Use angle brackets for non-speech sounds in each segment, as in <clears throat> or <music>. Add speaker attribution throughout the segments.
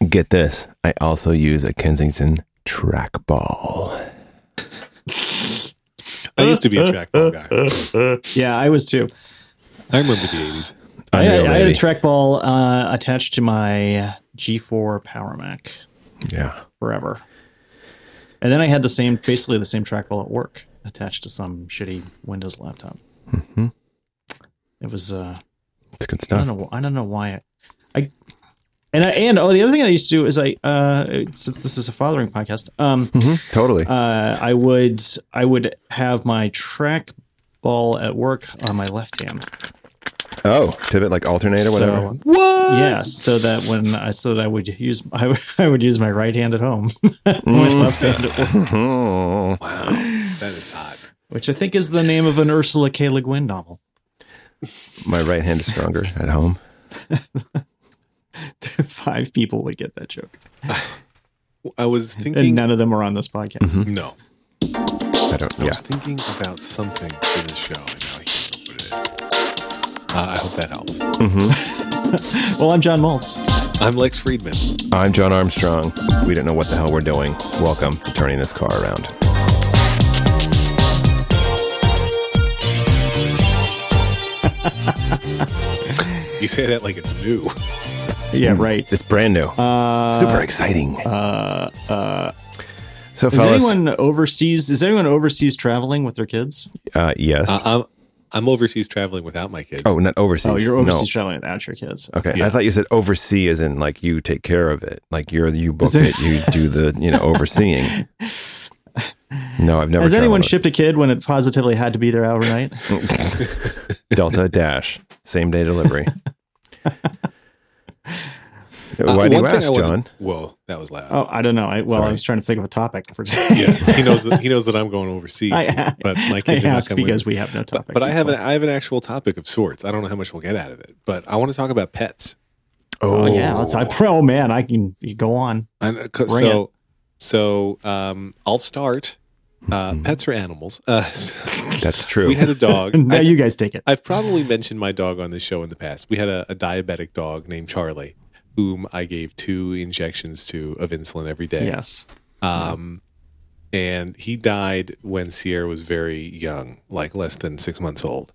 Speaker 1: And get this, I also use a Kensington trackball.
Speaker 2: I used to be a trackball guy.
Speaker 3: Yeah, I was too.
Speaker 2: I remember the 80s.
Speaker 3: I,
Speaker 1: Unreal,
Speaker 3: I, I had a
Speaker 1: baby.
Speaker 3: trackball uh, attached to my G4 Power Mac
Speaker 1: yeah.
Speaker 3: forever, and then I had the same, basically the same trackball at work attached to some shitty Windows laptop. It was. Uh,
Speaker 1: It's good
Speaker 3: I
Speaker 1: stuff.
Speaker 3: don't know. I don't know why. I, I and I, and oh, the other thing I used to do is I uh, since this is a fathering podcast, um,
Speaker 1: Totally.
Speaker 3: uh, I would I would have my track ball at work on my left hand.
Speaker 1: oh, Tibbet like alternate or whatever.
Speaker 3: So yeah, so that when I so that I would use <laughs> I would, I would use my right hand at home, <laughs> my
Speaker 1: <laughs>
Speaker 3: left hand at work,
Speaker 2: That is hot.
Speaker 3: which I think is the name of an Ursula K. Le Guin novel. <laughs>
Speaker 1: My right hand is stronger at home.
Speaker 3: Five people would get that joke,
Speaker 2: I was
Speaker 3: and
Speaker 2: thinking.
Speaker 3: none of them are on this podcast.
Speaker 2: no.
Speaker 1: I don't
Speaker 2: I
Speaker 1: yeah.
Speaker 2: was thinking about something for the show, and now I can't remember what it is. Uh, I hope that helps. Mm-hmm.
Speaker 3: Well, I'm John Maltz.
Speaker 2: I'm Lex Friedman.
Speaker 1: I'm John Armstrong. We don't know what the hell we're doing. Welcome to turning this car around.
Speaker 2: You say that like it's new. Mm.
Speaker 3: Yeah, right.
Speaker 1: It's brand new.
Speaker 3: Uh,
Speaker 1: Super exciting.
Speaker 3: Uh, uh,
Speaker 1: so
Speaker 3: is
Speaker 1: fellas,
Speaker 3: anyone overseas? Is anyone overseas traveling with their kids?
Speaker 1: uh, yes.
Speaker 2: Uh, I'm, I'm overseas traveling without my kids.
Speaker 1: oh, not overseas.
Speaker 3: Oh, you're overseas
Speaker 1: No.
Speaker 3: traveling without your kids.
Speaker 1: Okay,
Speaker 2: Yeah.
Speaker 1: I thought you said oversee as in like you take care of it, like you're you book
Speaker 3: there-
Speaker 1: it, you do the you know
Speaker 3: <laughs>
Speaker 1: overseeing. No, I've never.
Speaker 3: Has anyone
Speaker 1: traveled
Speaker 3: shipped a kid when it positively had to be there
Speaker 2: <laughs>
Speaker 3: overnight?
Speaker 2: Oh,
Speaker 1: Delta Dash, same day
Speaker 3: <laughs>
Speaker 1: delivery.
Speaker 2: Uh,
Speaker 1: Why do you
Speaker 2: one thing I
Speaker 1: ask,
Speaker 2: wanna-
Speaker 1: John?
Speaker 2: Whoa, that was loud.
Speaker 3: oh, I don't know. I, well,
Speaker 1: Sorry.
Speaker 3: I was trying to think of a topic <laughs> for
Speaker 2: <laughs> Yeah, he knows that he knows that I'm going overseas,
Speaker 3: I,
Speaker 2: but
Speaker 3: <laughs>
Speaker 2: my
Speaker 3: I
Speaker 2: kids are not
Speaker 3: ask
Speaker 2: coming.
Speaker 3: because
Speaker 2: Because
Speaker 3: we have no
Speaker 2: but,
Speaker 3: topic.
Speaker 2: but I
Speaker 3: That's
Speaker 2: have an
Speaker 3: why.
Speaker 2: I have an actual topic of sorts. I don't know how much we'll get out of it, but I want to talk about pets.
Speaker 3: Oh yeah, let's. I, oh man, I can you go on.
Speaker 2: And, uh, co-
Speaker 3: Bring
Speaker 2: so so um, I'll start. Uh,
Speaker 3: Mm-hmm.
Speaker 2: pets are animals. Uh, <laughs> so
Speaker 1: <laughs> that's true.
Speaker 2: we had a
Speaker 3: <laughs>
Speaker 2: dog.
Speaker 3: now
Speaker 2: I,
Speaker 3: you guys take it.
Speaker 2: I've probably mentioned my dog on this show in the past. We had a, a diabetic dog named Charlie, whom I gave two injections to of insulin every day.
Speaker 3: Yes.
Speaker 2: Um, and he died when Sierra was very young, like less than six months old.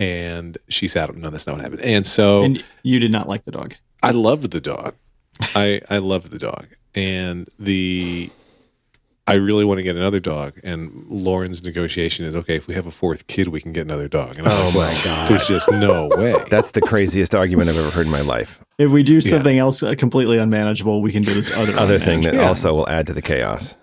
Speaker 2: And she sat up. No, that's not what happened. And so
Speaker 3: And you did not like the dog.
Speaker 2: I loved the dog. I I loved the dog. And the I really want to get another dog. And Lauren's negotiation is okay. If we have a fourth kid, we can get another dog. And I'm
Speaker 1: Oh
Speaker 2: like,
Speaker 1: my
Speaker 2: well, There's just no way.
Speaker 1: that's the craziest argument I've ever heard in my life.
Speaker 3: If we do something else uh, completely unmanageable, we can do this other
Speaker 1: Other thing that
Speaker 2: Yeah.
Speaker 1: also will add to the chaos.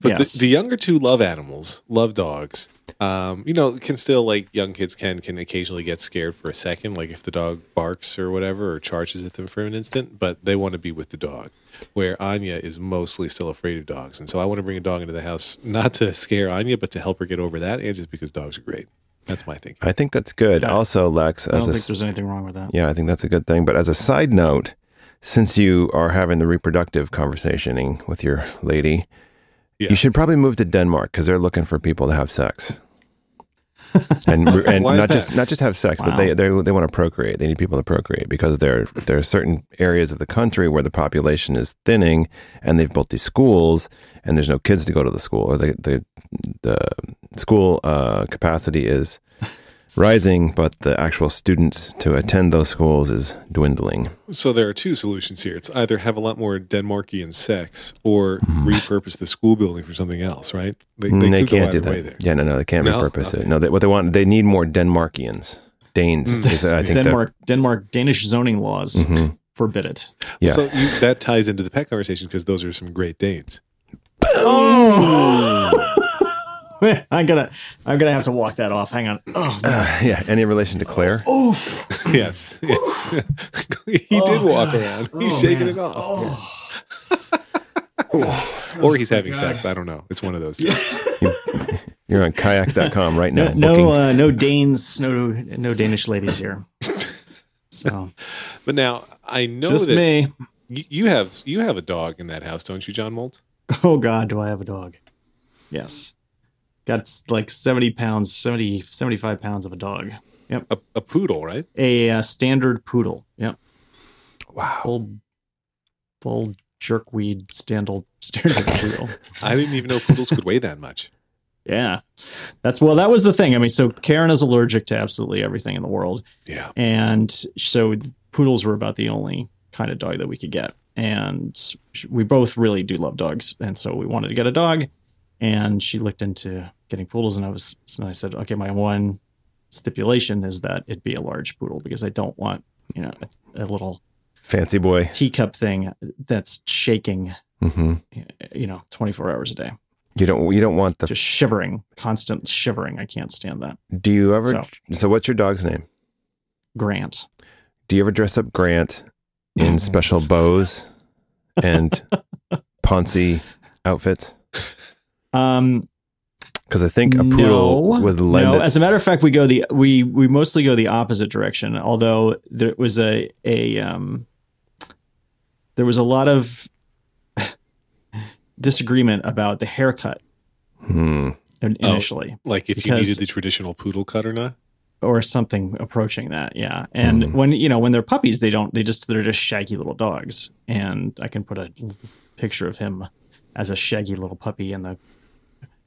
Speaker 2: But
Speaker 3: Yes.
Speaker 2: the, the younger two love animals, love dogs. Um, you know, can still like young kids can can occasionally get scared for a second, like if the dog barks or whatever or charges at them for an instant. But they want to be with the dog. Where Anya is mostly still afraid of dogs, and so I want to bring a dog into the house not to scare Anya, but to help her get over that, and just because dogs are great. That's my thinking.
Speaker 1: I think that's good. Also, Lex,
Speaker 3: I
Speaker 1: as
Speaker 3: don't
Speaker 1: a
Speaker 3: think there's anything wrong with that.
Speaker 1: Yeah, I think that's a good thing. But as a side note, since you are having the reproductive conversationing with your lady,
Speaker 2: Yeah.
Speaker 1: you should probably move to Denmark because they're looking for people to have
Speaker 2: <laughs>
Speaker 1: sex. and and
Speaker 2: Why is
Speaker 1: not
Speaker 2: that?
Speaker 1: just not just have sex, but they they they want to procreate. They need people to procreate because there there are certain areas of the country where the population is thinning, and they've built these schools, and there's no kids to go to the school, or the the, the school uh, capacity
Speaker 3: <laughs>
Speaker 1: is rising, but the actual students to attend those schools is dwindling.
Speaker 2: So there are two solutions here. It's either have a lot more Denmarkian sex or repurpose the school building for something else, right?
Speaker 1: Mm. They,
Speaker 2: could go
Speaker 1: can't do
Speaker 2: either way
Speaker 1: that. Yeah, no, no, they can't
Speaker 2: No?
Speaker 1: repurpose it. No, they, what they want, they need more Denmarkians, Danes.
Speaker 2: Mm.
Speaker 1: is, I think the-
Speaker 3: Denmark, Denmark, Danish zoning laws
Speaker 1: Mhm.
Speaker 3: forbid it.
Speaker 1: Yeah.
Speaker 2: So you, that ties into the pet conversation because those are some great Danes.
Speaker 3: Oh! <laughs> I'm gonna, I'm gonna have to walk that off. Hang on. Oh,
Speaker 1: Uh, <laughs> yeah, any relation to Claire?
Speaker 2: Yes. <laughs> yes. he did
Speaker 3: Oh,
Speaker 2: walk around. He's shaking it off.
Speaker 3: <laughs> Oh,
Speaker 2: Yeah. <laughs> or he's having sex. I don't know. It's one of those. two.
Speaker 1: You're on kayak.com right now.
Speaker 3: no, no,
Speaker 1: booking.
Speaker 3: uh, no Danes, no, no Danish ladies <laughs> here. So
Speaker 2: But now I know
Speaker 3: just
Speaker 2: that
Speaker 3: me.
Speaker 2: y- you have you have a dog in that house, don't you, John Molt?
Speaker 3: Oh God, do I have a dog? Yes, got like 70 pounds, 70, 75 pounds of a dog. Yep,
Speaker 2: A, a poodle, right?
Speaker 3: a uh, standard poodle. Yep.
Speaker 1: Wow.
Speaker 3: Old full jerkweed standal steering wheel.
Speaker 2: I didn't even know poodles could weigh that much.
Speaker 3: <laughs> Yeah. That's well, that was the thing. I mean, so Karen is allergic to absolutely everything in the world.
Speaker 2: Yeah.
Speaker 3: And so poodles were about the only kind of dog that we could get. And sh- we both really do love dogs. And so we wanted to get a dog. And she looked into getting poodles. And I was, and I said, okay, my one stipulation is that it be a large poodle because I don't want, you know, a, a little
Speaker 1: Fancy boy.
Speaker 3: teacup thing that's shaking,
Speaker 1: hmm
Speaker 3: you know, 24 hours a day,
Speaker 1: You don't. You don't want the.
Speaker 3: just shivering, constant shivering. I can't stand that.
Speaker 1: do you ever?
Speaker 3: So.
Speaker 1: so what's your dog's name?
Speaker 3: Grant.
Speaker 1: Do you ever dress up Grant
Speaker 3: <laughs>
Speaker 1: in special bows and poncy outfits?
Speaker 3: Um,
Speaker 1: Because I think a poodle
Speaker 3: No,
Speaker 1: would lend.
Speaker 3: no.
Speaker 1: its-
Speaker 3: As a matter of fact, we go the we we mostly go the opposite direction. Although there was a a um, there was a lot of <laughs> disagreement about the haircut
Speaker 1: Hmm.
Speaker 3: in-
Speaker 2: Oh.
Speaker 3: initially.
Speaker 2: Like if you
Speaker 3: Because-
Speaker 2: needed the traditional poodle cut or not.
Speaker 3: or something approaching that yeah and
Speaker 1: Mm.
Speaker 3: when you know when they're puppies they don't they just they're just shaggy little dogs and i can put a l- picture of him as a shaggy little puppy in the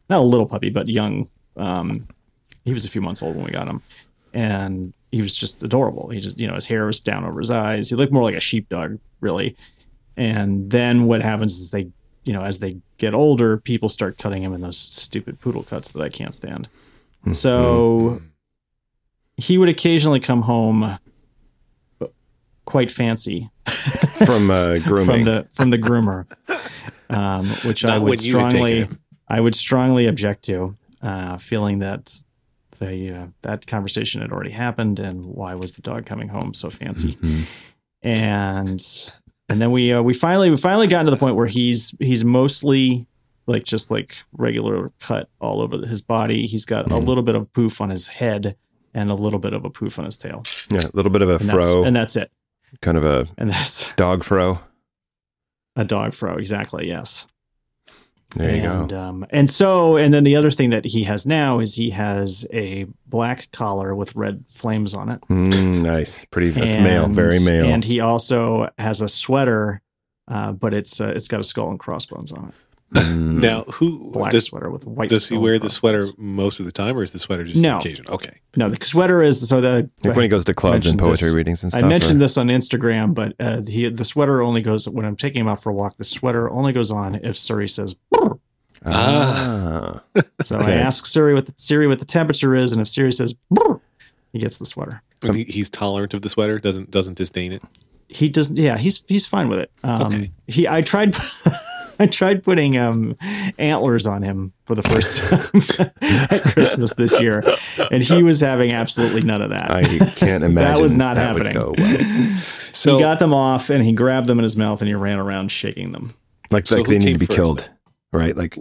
Speaker 3: not a little puppy but young um he was a few months old when we got him and he was just adorable he just you know his hair was down over his eyes he looked more like a sheepdog really and then what happens is they you know as they get older people start cutting him in those stupid poodle cuts that i can't stand
Speaker 2: Mm-hmm.
Speaker 3: so he would occasionally come home quite fancy
Speaker 1: from uh, grooming.
Speaker 3: from the from the groomer, um, which I
Speaker 2: Not
Speaker 3: would
Speaker 2: when you had taken
Speaker 3: strongly
Speaker 2: him.
Speaker 3: I would strongly object to, uh, feeling that the uh, that conversation had already happened, and why was the dog coming home so fancy?
Speaker 1: Mhm.
Speaker 2: Mm-hmm.
Speaker 3: And and then we uh, we finally we finally gotten to the point where he's he's mostly like just like regular cut all over his body. He's got
Speaker 1: Mm-hmm.
Speaker 3: a little bit of poof on his head and a little bit of a poof on his tail.
Speaker 1: yeah, a little bit of a
Speaker 3: And that's,
Speaker 1: fro,
Speaker 3: and that's it.
Speaker 1: kind of a
Speaker 3: And that's
Speaker 1: dog fro.
Speaker 3: a dog fro. Exactly. Yes.
Speaker 1: There you
Speaker 3: and,
Speaker 1: go.
Speaker 3: Um, and so, and then the other thing that he has now is he has a black collar with red flames on it.
Speaker 1: Mm, nice, pretty. That's
Speaker 3: and,
Speaker 1: male, very male.
Speaker 3: And he also has a sweater, uh, but it's uh, it's got a skull and crossbones on it.
Speaker 1: Mm.
Speaker 2: Now who
Speaker 3: Black
Speaker 2: does
Speaker 3: sweater with white.
Speaker 2: does he
Speaker 3: skull
Speaker 2: wear
Speaker 3: and
Speaker 2: the
Speaker 3: crossbones.
Speaker 2: sweater most of the time or is the sweater just
Speaker 3: No.
Speaker 2: an occasion? Okay.
Speaker 3: No, the sweater is so that
Speaker 1: like when he goes to clubs and
Speaker 3: mentioned
Speaker 1: poetry
Speaker 3: this-
Speaker 1: readings and
Speaker 3: I
Speaker 1: stuff.
Speaker 3: mentioned
Speaker 1: or-
Speaker 3: this on Instagram, but uh, he, the sweater only goes when I'm taking him out for a walk. The sweater only goes on if Suri says. "Brr."
Speaker 1: Ah.
Speaker 3: So I
Speaker 1: Okay.
Speaker 3: ask Siri what the, Siri what the temperature is, and if Siri says, "Brr," he gets the sweater.
Speaker 2: But he, he's tolerant of the sweater, doesn't doesn't disdain it.
Speaker 3: he doesn't yeah he's he's fine with it um
Speaker 2: Okay.
Speaker 3: he i tried <laughs> i tried putting um antlers on him for the first <laughs> time at christmas this year and he was having absolutely none of that
Speaker 1: I can't imagine
Speaker 3: <laughs> that was not
Speaker 1: that would
Speaker 3: happening
Speaker 1: go well.
Speaker 3: <laughs>
Speaker 2: So
Speaker 3: he got them off and he grabbed them in his mouth and he ran around shaking them
Speaker 1: Like
Speaker 2: So
Speaker 1: like
Speaker 2: who
Speaker 1: they need to
Speaker 2: came
Speaker 1: be
Speaker 2: first,
Speaker 1: killed, right? Like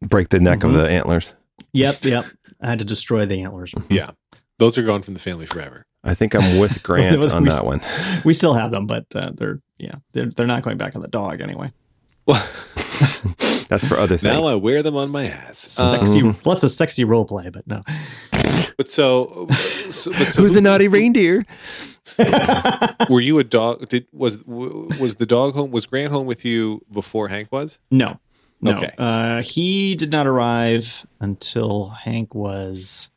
Speaker 1: break the neck
Speaker 3: Mhm.
Speaker 1: of the antlers.
Speaker 3: <laughs> yep yep i had to destroy the antlers
Speaker 2: yeah. Those are gone from the family forever.
Speaker 1: I think I'm with Grant
Speaker 3: Well,
Speaker 1: on
Speaker 3: we-
Speaker 1: that one.
Speaker 3: we still have them but uh, they're yeah they're, they're not going back on the dog anyway
Speaker 2: Well,
Speaker 1: <laughs> That's for other
Speaker 2: now
Speaker 1: things.
Speaker 2: I wear them on my ass. Um,
Speaker 3: sexy lots of sexy role play but no
Speaker 2: but so, so, but
Speaker 1: <laughs>
Speaker 2: so
Speaker 1: Who's a
Speaker 2: <laughs>
Speaker 1: naughty reindeer?
Speaker 2: were you a dog? Did was w- was the dog home? Was Grant home with you before Hank was?
Speaker 3: No. No.
Speaker 2: Okay.
Speaker 3: Uh, he did not arrive until Hank was,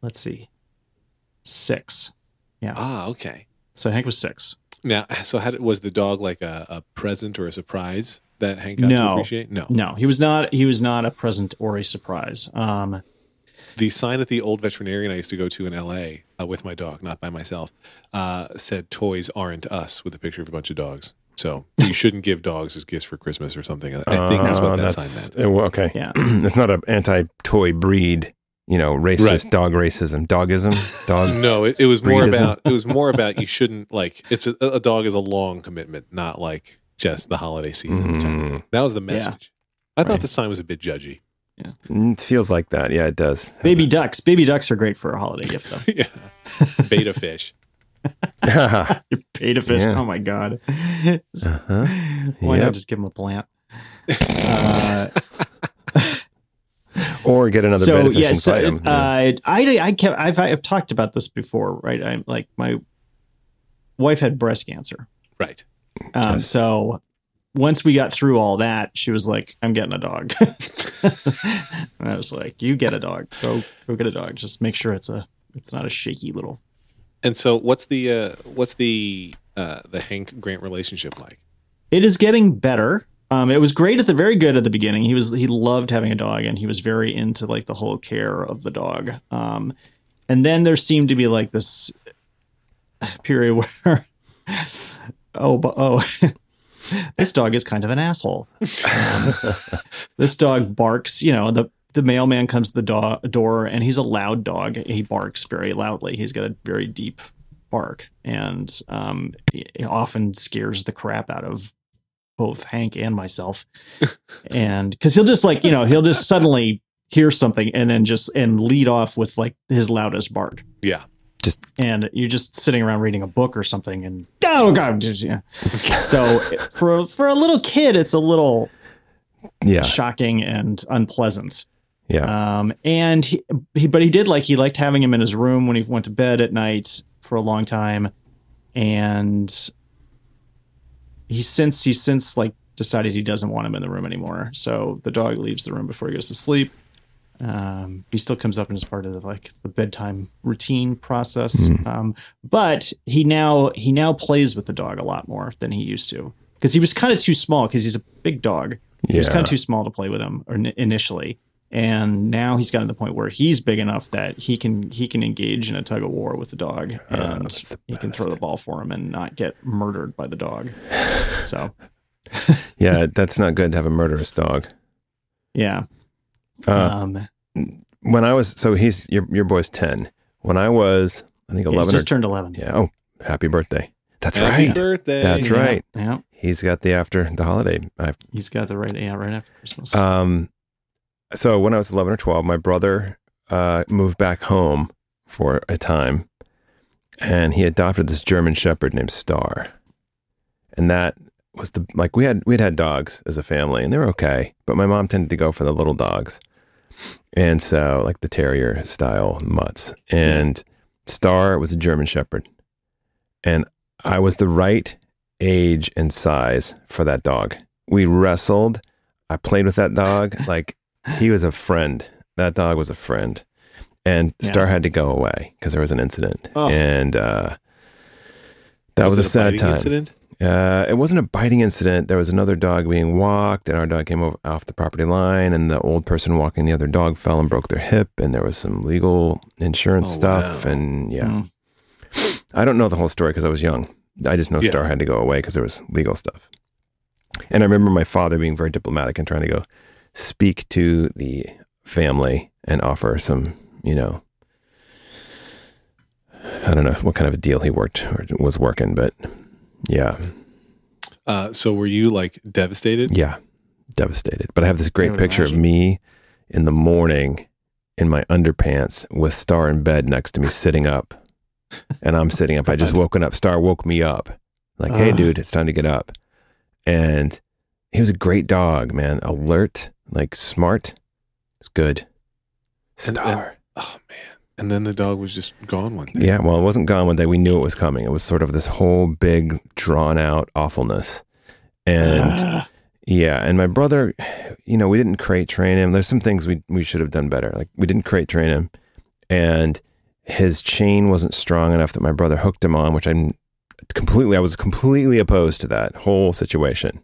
Speaker 3: let's see, six.
Speaker 2: Ah, okay.
Speaker 3: So Hank was six.
Speaker 2: Now, so how did, was the dog like a, a present or a surprise that Hank got to
Speaker 3: No.
Speaker 2: appreciate? No.
Speaker 3: No, he was not. He was not a present or a surprise. Um,
Speaker 2: The sign at the old veterinarian I used to go to in L.A. Uh, with my dog, not by myself, uh, said "Toys aren't us" with a picture of a bunch of dogs. So you
Speaker 1: <laughs>
Speaker 2: shouldn't give dogs as gifts for Christmas or something. I I think that's
Speaker 1: Uh,
Speaker 2: what that
Speaker 1: that's-
Speaker 2: sign meant.
Speaker 1: uh, well, okay. <clears throat>
Speaker 3: Yeah.
Speaker 1: it's not an anti-toy breed, you know, racist
Speaker 2: Right.
Speaker 1: dog racism, dogism,
Speaker 2: <laughs>
Speaker 1: dog.
Speaker 2: No, it, it was more
Speaker 1: Breedism.
Speaker 2: about it was more about you shouldn't like it's a, a dog is a long commitment, not like just the holiday season. Kind of thing. That was the message. I thought
Speaker 1: Mm-hmm. Right.
Speaker 2: the sign was a bit judgy. <laughs>
Speaker 1: Mm, It feels like that. Yeah, it does. <laughs>
Speaker 3: baby ducks. Baby ducks are great for a holiday gift, though.
Speaker 2: yeah, beta fish.
Speaker 1: uh-huh.
Speaker 3: Your beta fish.
Speaker 1: Yeah. Uh-huh.
Speaker 3: Oh my god. <laughs> Why not
Speaker 1: Yep.
Speaker 3: just give him
Speaker 1: <laughs>
Speaker 3: a plant? Uh,
Speaker 1: Or get another
Speaker 3: so
Speaker 1: beneficent
Speaker 3: yeah, so,
Speaker 1: item.
Speaker 3: uh, I I kept I've I've talked about this before, right? I'm like my wife had breast cancer.
Speaker 2: Right.
Speaker 3: Um,
Speaker 1: Yes.
Speaker 3: So once we got through all that, she was like, "I'm getting a dog." <laughs> and I was like, "You get a dog. Go go get a dog. Just make sure it's a it's not a shaky little."
Speaker 2: And so, what's the uh, what's the uh, the Hank Grant relationship like?
Speaker 3: It is getting better. Um, it was great at the very good at the beginning. He was he loved having a dog and he was very into like the whole care of the dog. Um, and then there seemed to be like this <sighs> period where <laughs> oh but oh <laughs> this dog is kind of an asshole. Um, this dog barks you know the the mailman comes to the do- door and he's a loud dog he barks very loudly he's got a very deep bark and um it it often scares the crap out of both hank and myself and because he'll just like you know he'll just suddenly hear something and then just and lead off with like his loudest bark
Speaker 2: Yeah.
Speaker 1: Just-
Speaker 3: and you're just sitting around reading a book or something and oh god just, yeah. so for for a little kid it's a little
Speaker 1: Yeah.
Speaker 3: shocking and unpleasant.
Speaker 1: Yeah.
Speaker 3: Um, and he, he, but he did like he liked having him in his room when he went to bed at night for a long time, and he since he since like decided he doesn't want him in the room anymore. So the dog leaves the room before he goes to sleep. Um, he still comes up and is part of the, like the bedtime routine process. Um, but he now he now plays with the dog a lot more than he used to because he was kind of too small because he's a big dog. He was
Speaker 1: Yeah.
Speaker 3: kind of too small to play with him or ni- initially, and now he's gotten to the point where he's big enough that he can he can engage in a tug of war with the dog and he can throw the ball for him and not get murdered by the dog. So
Speaker 1: Yeah. That's not good to have a murderous dog.
Speaker 3: yeah,
Speaker 1: Uh,
Speaker 3: um,
Speaker 1: when I was so he's your your boy's ten. When I was I think
Speaker 3: he
Speaker 1: eleven or
Speaker 3: just turned eleven.
Speaker 1: yeah. Oh, happy birthday! That's
Speaker 2: Happy
Speaker 1: right.
Speaker 2: birthday.
Speaker 1: That's
Speaker 3: Yeah,
Speaker 1: right.
Speaker 3: Yeah,
Speaker 1: He's got the after the holiday. I,
Speaker 3: he's got the right yeah right after Christmas.
Speaker 1: um, so when I was eleven or twelve, my brother uh, moved back home for a time, and he adopted this German Shepherd named Star, and that was the like we had we'd had dogs as a family and they were okay, but my mom tended to go for the little dogs, and so like the terrier style mutts and. Star was a German Shepherd, and I was the right age and size for that dog. We wrestled. I played with that
Speaker 2: <laughs>
Speaker 1: dog like he was a friend. That dog was a friend, and
Speaker 3: Yeah.
Speaker 1: Star had to go away because there was an incident,
Speaker 2: Oh.
Speaker 1: and uh, that was,
Speaker 2: it
Speaker 1: a sad
Speaker 2: biting
Speaker 1: time.
Speaker 2: Incident?
Speaker 1: Uh, it wasn't a biting incident. There was another dog being walked, and our dog came over, off the property line, and the old person walking the other dog fell and broke their hip, and there was some legal insurance
Speaker 2: Oh,
Speaker 1: stuff,
Speaker 2: wow. Mm-hmm.
Speaker 1: and yeah,
Speaker 3: Mm.
Speaker 1: I don't know the whole story because I was young. I just know
Speaker 2: Yeah.
Speaker 1: Star had to go away because there was legal stuff, and I remember my father being very diplomatic and trying to go speak to the family and offer some, you know. I don't know what kind of a deal he worked or was working, but yeah.
Speaker 2: Uh, so were you like devastated?
Speaker 1: Yeah, devastated. But I have this great
Speaker 3: would
Speaker 1: picture of
Speaker 3: imagine.
Speaker 1: me in the morning in my underpants with Star in bed next to me, sitting up. And I'm sitting up. I just woken up. Star woke me up. Like, hey,
Speaker 3: Ah.
Speaker 1: dude, it's time to get up. And he was a great dog, man. Alert, like smart. It's good.
Speaker 2: And- and-
Speaker 1: Star.
Speaker 2: Oh man! And then the dog was just gone one day.
Speaker 1: yeah, well, it wasn't gone one day. We knew it was coming. It was sort of this whole big, drawn out awfulness. And
Speaker 3: Ah,
Speaker 1: Yeah, and my brother, you know, we didn't crate train him. There's some things we we should have done better. Like we didn't crate train him, and his chain wasn't strong enough that my brother hooked him on, which I'm completely I was completely opposed to that whole situation.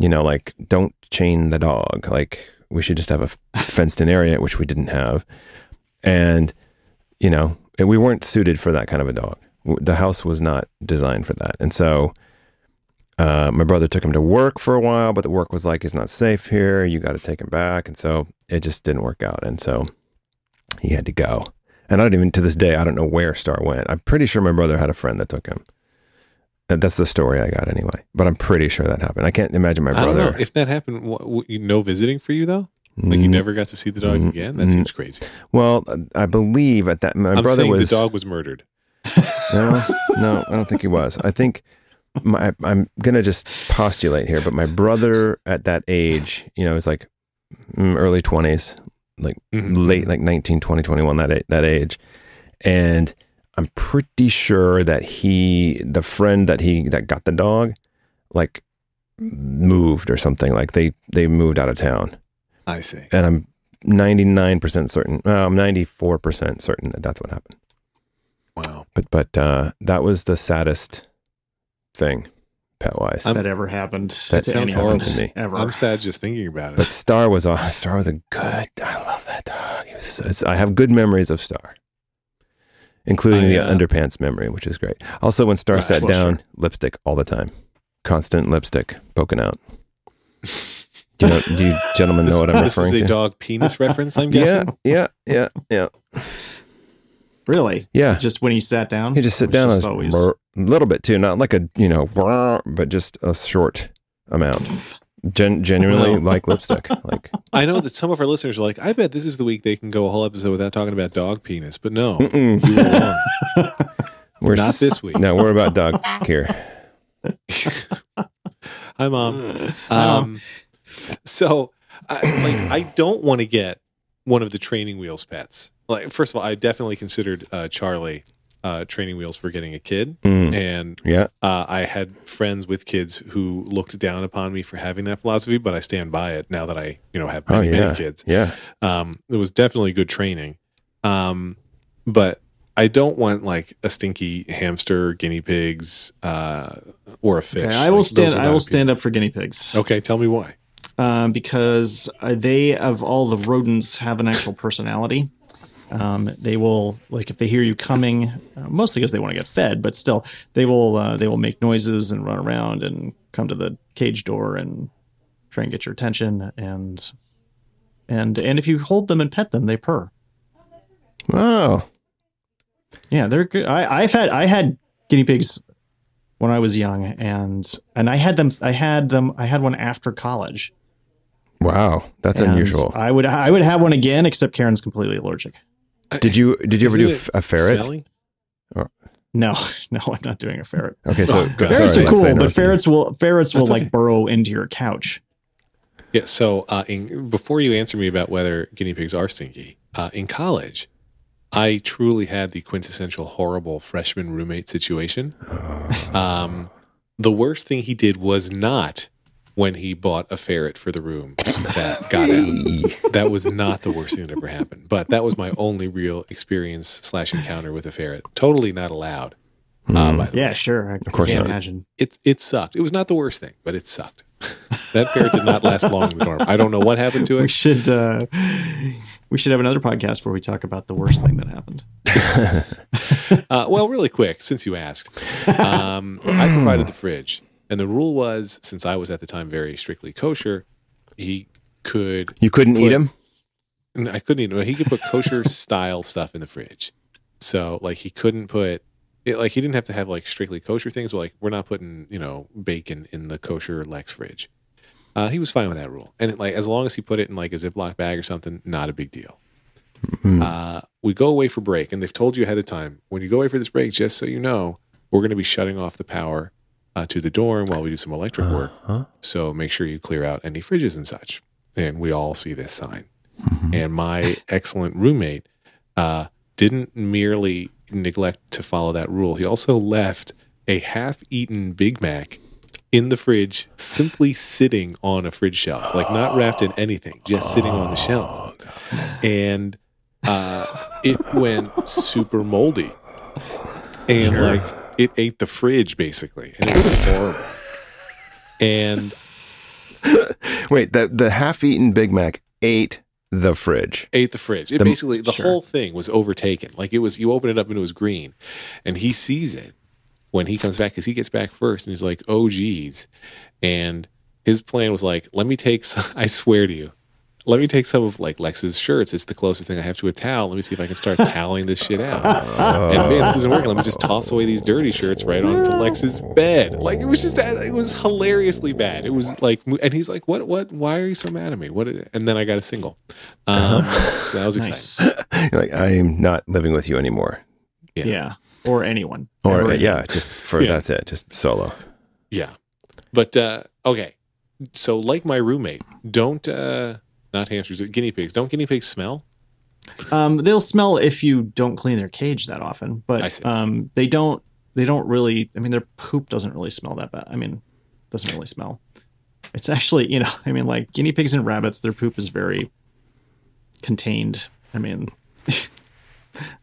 Speaker 1: You know, like don't chain the dog. Like we should just have a f- fenced in area, which we didn't have. And you know, and we weren't suited for that kind of a dog. W- The house was not designed for that. And so uh, my brother took him to work for a while, but the work was like, he's not safe here. You got to take him back. And so it just didn't work out. And so he had to go. And I don't even, to this day, I don't know where Star went. I'm pretty sure my brother had a friend that took him. And that's the story I got anyway. But I'm pretty sure that happened. I can't imagine my
Speaker 2: I don't know
Speaker 1: brother.
Speaker 2: if that happened. What, what, you, no visiting for you though. Like you
Speaker 1: Mm,
Speaker 2: never got to see the dog
Speaker 1: Mm.
Speaker 2: again. That
Speaker 1: Mm.
Speaker 2: seems crazy.
Speaker 1: Well, I believe at that, my
Speaker 2: I'm
Speaker 1: brother
Speaker 2: saying
Speaker 1: was.
Speaker 2: the dog was murdered.
Speaker 1: No, uh, no, I don't think he was. I think my I'm gonna just postulate here, but my brother at that age, you know, is like mm, early twenties, like
Speaker 2: Mhm.
Speaker 1: late like 19, 20, 21, that a- that age, and I'm pretty sure that he, the friend that he that got the dog, like moved or something. Like they they moved out of town,
Speaker 2: I see.
Speaker 1: and I'm 99% certain. Well, I'm 94% certain that that's what happened.
Speaker 2: Wow.
Speaker 1: But but uh, that was the saddest thing, pet wise.
Speaker 2: I'm-
Speaker 3: that ever happened.
Speaker 1: That
Speaker 3: to
Speaker 2: sounds
Speaker 3: anyone
Speaker 1: happened to me.
Speaker 3: Ever.
Speaker 2: I'm sad just thinking about it.
Speaker 1: But Star was a <laughs> Star was a good. I love that dog. He was so, it's, I have good memories of Star, including
Speaker 2: I,
Speaker 1: the
Speaker 2: uh,
Speaker 1: underpants memory, which is great. Also, when Star
Speaker 2: Right,
Speaker 1: sat
Speaker 2: well,
Speaker 1: down, lipstick all the time, constant lipstick poking out. Do you, know, do you gentlemen know what I'm
Speaker 2: <laughs> <laughs> this is
Speaker 1: referring
Speaker 2: a
Speaker 1: to? <laughs>
Speaker 2: dog penis reference, I'm
Speaker 1: yeah,
Speaker 2: guessing.
Speaker 1: yeah, yeah, yeah,
Speaker 3: Really?
Speaker 1: yeah.
Speaker 3: Just when he sat down?
Speaker 1: He just
Speaker 3: It
Speaker 1: sit
Speaker 3: was
Speaker 1: down
Speaker 3: just
Speaker 1: a little bit too, not like a you know, brrr, but just a short amount. Gen- genuinely
Speaker 3: Wow.
Speaker 1: like lipstick, like
Speaker 2: I know that some of our listeners are like, I bet this is the week they can go a whole episode without talking about dog penis, but no.
Speaker 1: mm-mm.
Speaker 2: you were wrong.
Speaker 1: Mm. <laughs> We're
Speaker 2: Not
Speaker 1: s-
Speaker 2: this week.
Speaker 1: No, we're about dog care.
Speaker 2: Hi, mom.
Speaker 3: Um,
Speaker 2: Um, so, I, like, I don't want to get one of the training wheels pets. Like, first of all, I definitely considered uh, Charlie uh, training wheels for getting a kid,
Speaker 3: Mm-hmm.
Speaker 1: Mm.
Speaker 2: and
Speaker 1: Yeah,
Speaker 2: uh, I had friends with kids who looked down upon me for having that philosophy. But I stand by it now that I, you know, have
Speaker 1: Oh,
Speaker 2: many,
Speaker 1: yeah.
Speaker 2: many kids.
Speaker 1: yeah.
Speaker 2: Um, it was definitely good training, um, but I don't want like a stinky hamster, guinea pigs, uh, or a fish.
Speaker 3: okay, I will
Speaker 2: Like, those
Speaker 3: stand.
Speaker 2: are
Speaker 3: I
Speaker 2: not
Speaker 3: will
Speaker 2: appealing.
Speaker 3: stand up for guinea pigs
Speaker 2: Okay, tell me why.
Speaker 3: um, because uh, they, of all the rodents, have an actual personality. Um, they will like if they hear you coming, uh, mostly because they want to get fed, but still they will uh, they will make noises and run around and come to the cage door and try and get your attention and and and if you hold them and pet them, they purr.
Speaker 1: Oh,
Speaker 3: Yeah, they're good. I, I've had I had guinea pigs when I was young, and and I had them. I had them. I had one after college.
Speaker 1: wow. That's
Speaker 3: and
Speaker 1: unusual.
Speaker 3: I would I would have one again, except Karen's completely allergic.
Speaker 1: did you did you ever
Speaker 2: Isn't
Speaker 1: do
Speaker 2: it
Speaker 1: f- a ferret?
Speaker 2: Smelly?
Speaker 3: No, <laughs> no, I'm not doing a ferret.
Speaker 1: Okay, so
Speaker 2: Oh, God.
Speaker 3: Ferrets
Speaker 1: sorry, Alexa, I
Speaker 3: are cool, but
Speaker 1: interrupted you.
Speaker 3: ferrets will ferrets will
Speaker 2: That's
Speaker 3: like
Speaker 2: okay.
Speaker 3: burrow into your couch.
Speaker 2: Yeah. So uh, in, before you answer me about whether guinea pigs are stinky, uh, in college, I truly had the quintessential horrible freshman roommate situation.
Speaker 1: Oh.
Speaker 2: Um, the worst thing he did was not when he bought a ferret for the room that
Speaker 1: <laughs>
Speaker 2: got out. That was not the worst thing that ever happened. But that was my only real experience slash encounter with a ferret. Totally not allowed. Uh, by
Speaker 1: Hmm.
Speaker 2: the way.
Speaker 3: Yeah, sure. I of
Speaker 1: course
Speaker 3: can't
Speaker 1: not.
Speaker 3: imagine.
Speaker 2: It it sucked. It was not the worst thing, but it sucked. that ferret did not last long in the dorm. I don't know what happened to
Speaker 3: We <laughs>
Speaker 2: it.
Speaker 3: should uh, we should have another podcast where we talk about the worst thing that happened.
Speaker 2: Uh, well, really quick, since you asked, um, I provided the fridge, and the rule was, since I was at the time very strictly kosher, he could.
Speaker 1: you couldn't eat
Speaker 2: Put-
Speaker 1: him.
Speaker 2: and I couldn't even. He could put kosher style stuff in the fridge, so like he couldn't put. It, like he didn't have to have like strictly kosher things. But like we're not putting you know bacon in the kosher Lex fridge. Uh, he was fine with that rule, and it, like as long as he put it in like a Ziploc bag or something, not a big deal. Uh, we go away for break, and they've told you ahead of time when you go away for this break. Just so you know, we're going to be shutting off the power uh, to the dorm while we do some electric
Speaker 1: <sighs>
Speaker 2: work.
Speaker 1: Uh-huh.
Speaker 2: So make sure you clear out any fridges and such. And we all see this sign. And my excellent roommate uh, didn't merely neglect to follow that rule, he also left a half eaten Big Mac in the fridge, simply sitting on a fridge shelf, like not wrapped in anything, just sitting on the shelf. And uh, it went super moldy. And like it ate the fridge basically. And it was horrible. And
Speaker 1: Wait, the the half-eaten Big Mac ate the fridge. <laughs>
Speaker 2: ate the fridge. It
Speaker 1: The-
Speaker 2: basically the
Speaker 3: sure.
Speaker 2: whole thing was overtaken. Like it was you open it up and it was green, and he sees it when he comes back because he gets back first and he's like, "Oh geez," and his plan was like, "Let me take. Some, <laughs> I swear to you." Let me take some of like Lex's shirts. It's the closest thing I have to a towel. Let me see if I can start toweling this shit out. And man, this isn't working. Let me just toss away these dirty shirts right onto Lex's bed. Like it was just, uh, it was hilariously bad. It was like, and he's like, "What? What? Why are you so mad at me? What?" And then I got a single. Um,
Speaker 3: <laughs>
Speaker 2: so that was exciting.
Speaker 3: Nice.
Speaker 1: You're like I'm not living with you anymore.
Speaker 2: Yeah.
Speaker 3: yeah. Or anyone.
Speaker 1: Or
Speaker 3: Ever
Speaker 1: uh,
Speaker 3: again.
Speaker 1: yeah, just for
Speaker 2: Yeah.
Speaker 1: that's it, just solo.
Speaker 2: Yeah. But uh okay. So like my roommate, don't uh not hamsters, guinea pigs. Don't guinea pigs smell?
Speaker 3: Um, they'll smell if you don't clean their cage that often,
Speaker 2: I
Speaker 3: but
Speaker 2: see.
Speaker 3: um, they don't. They don't really. I mean, their poop doesn't really smell that bad. I mean, Doesn't really smell. It's actually, you know, <laughs> I mean, like guinea pigs and rabbits, their poop is very contained. I mean, <laughs> I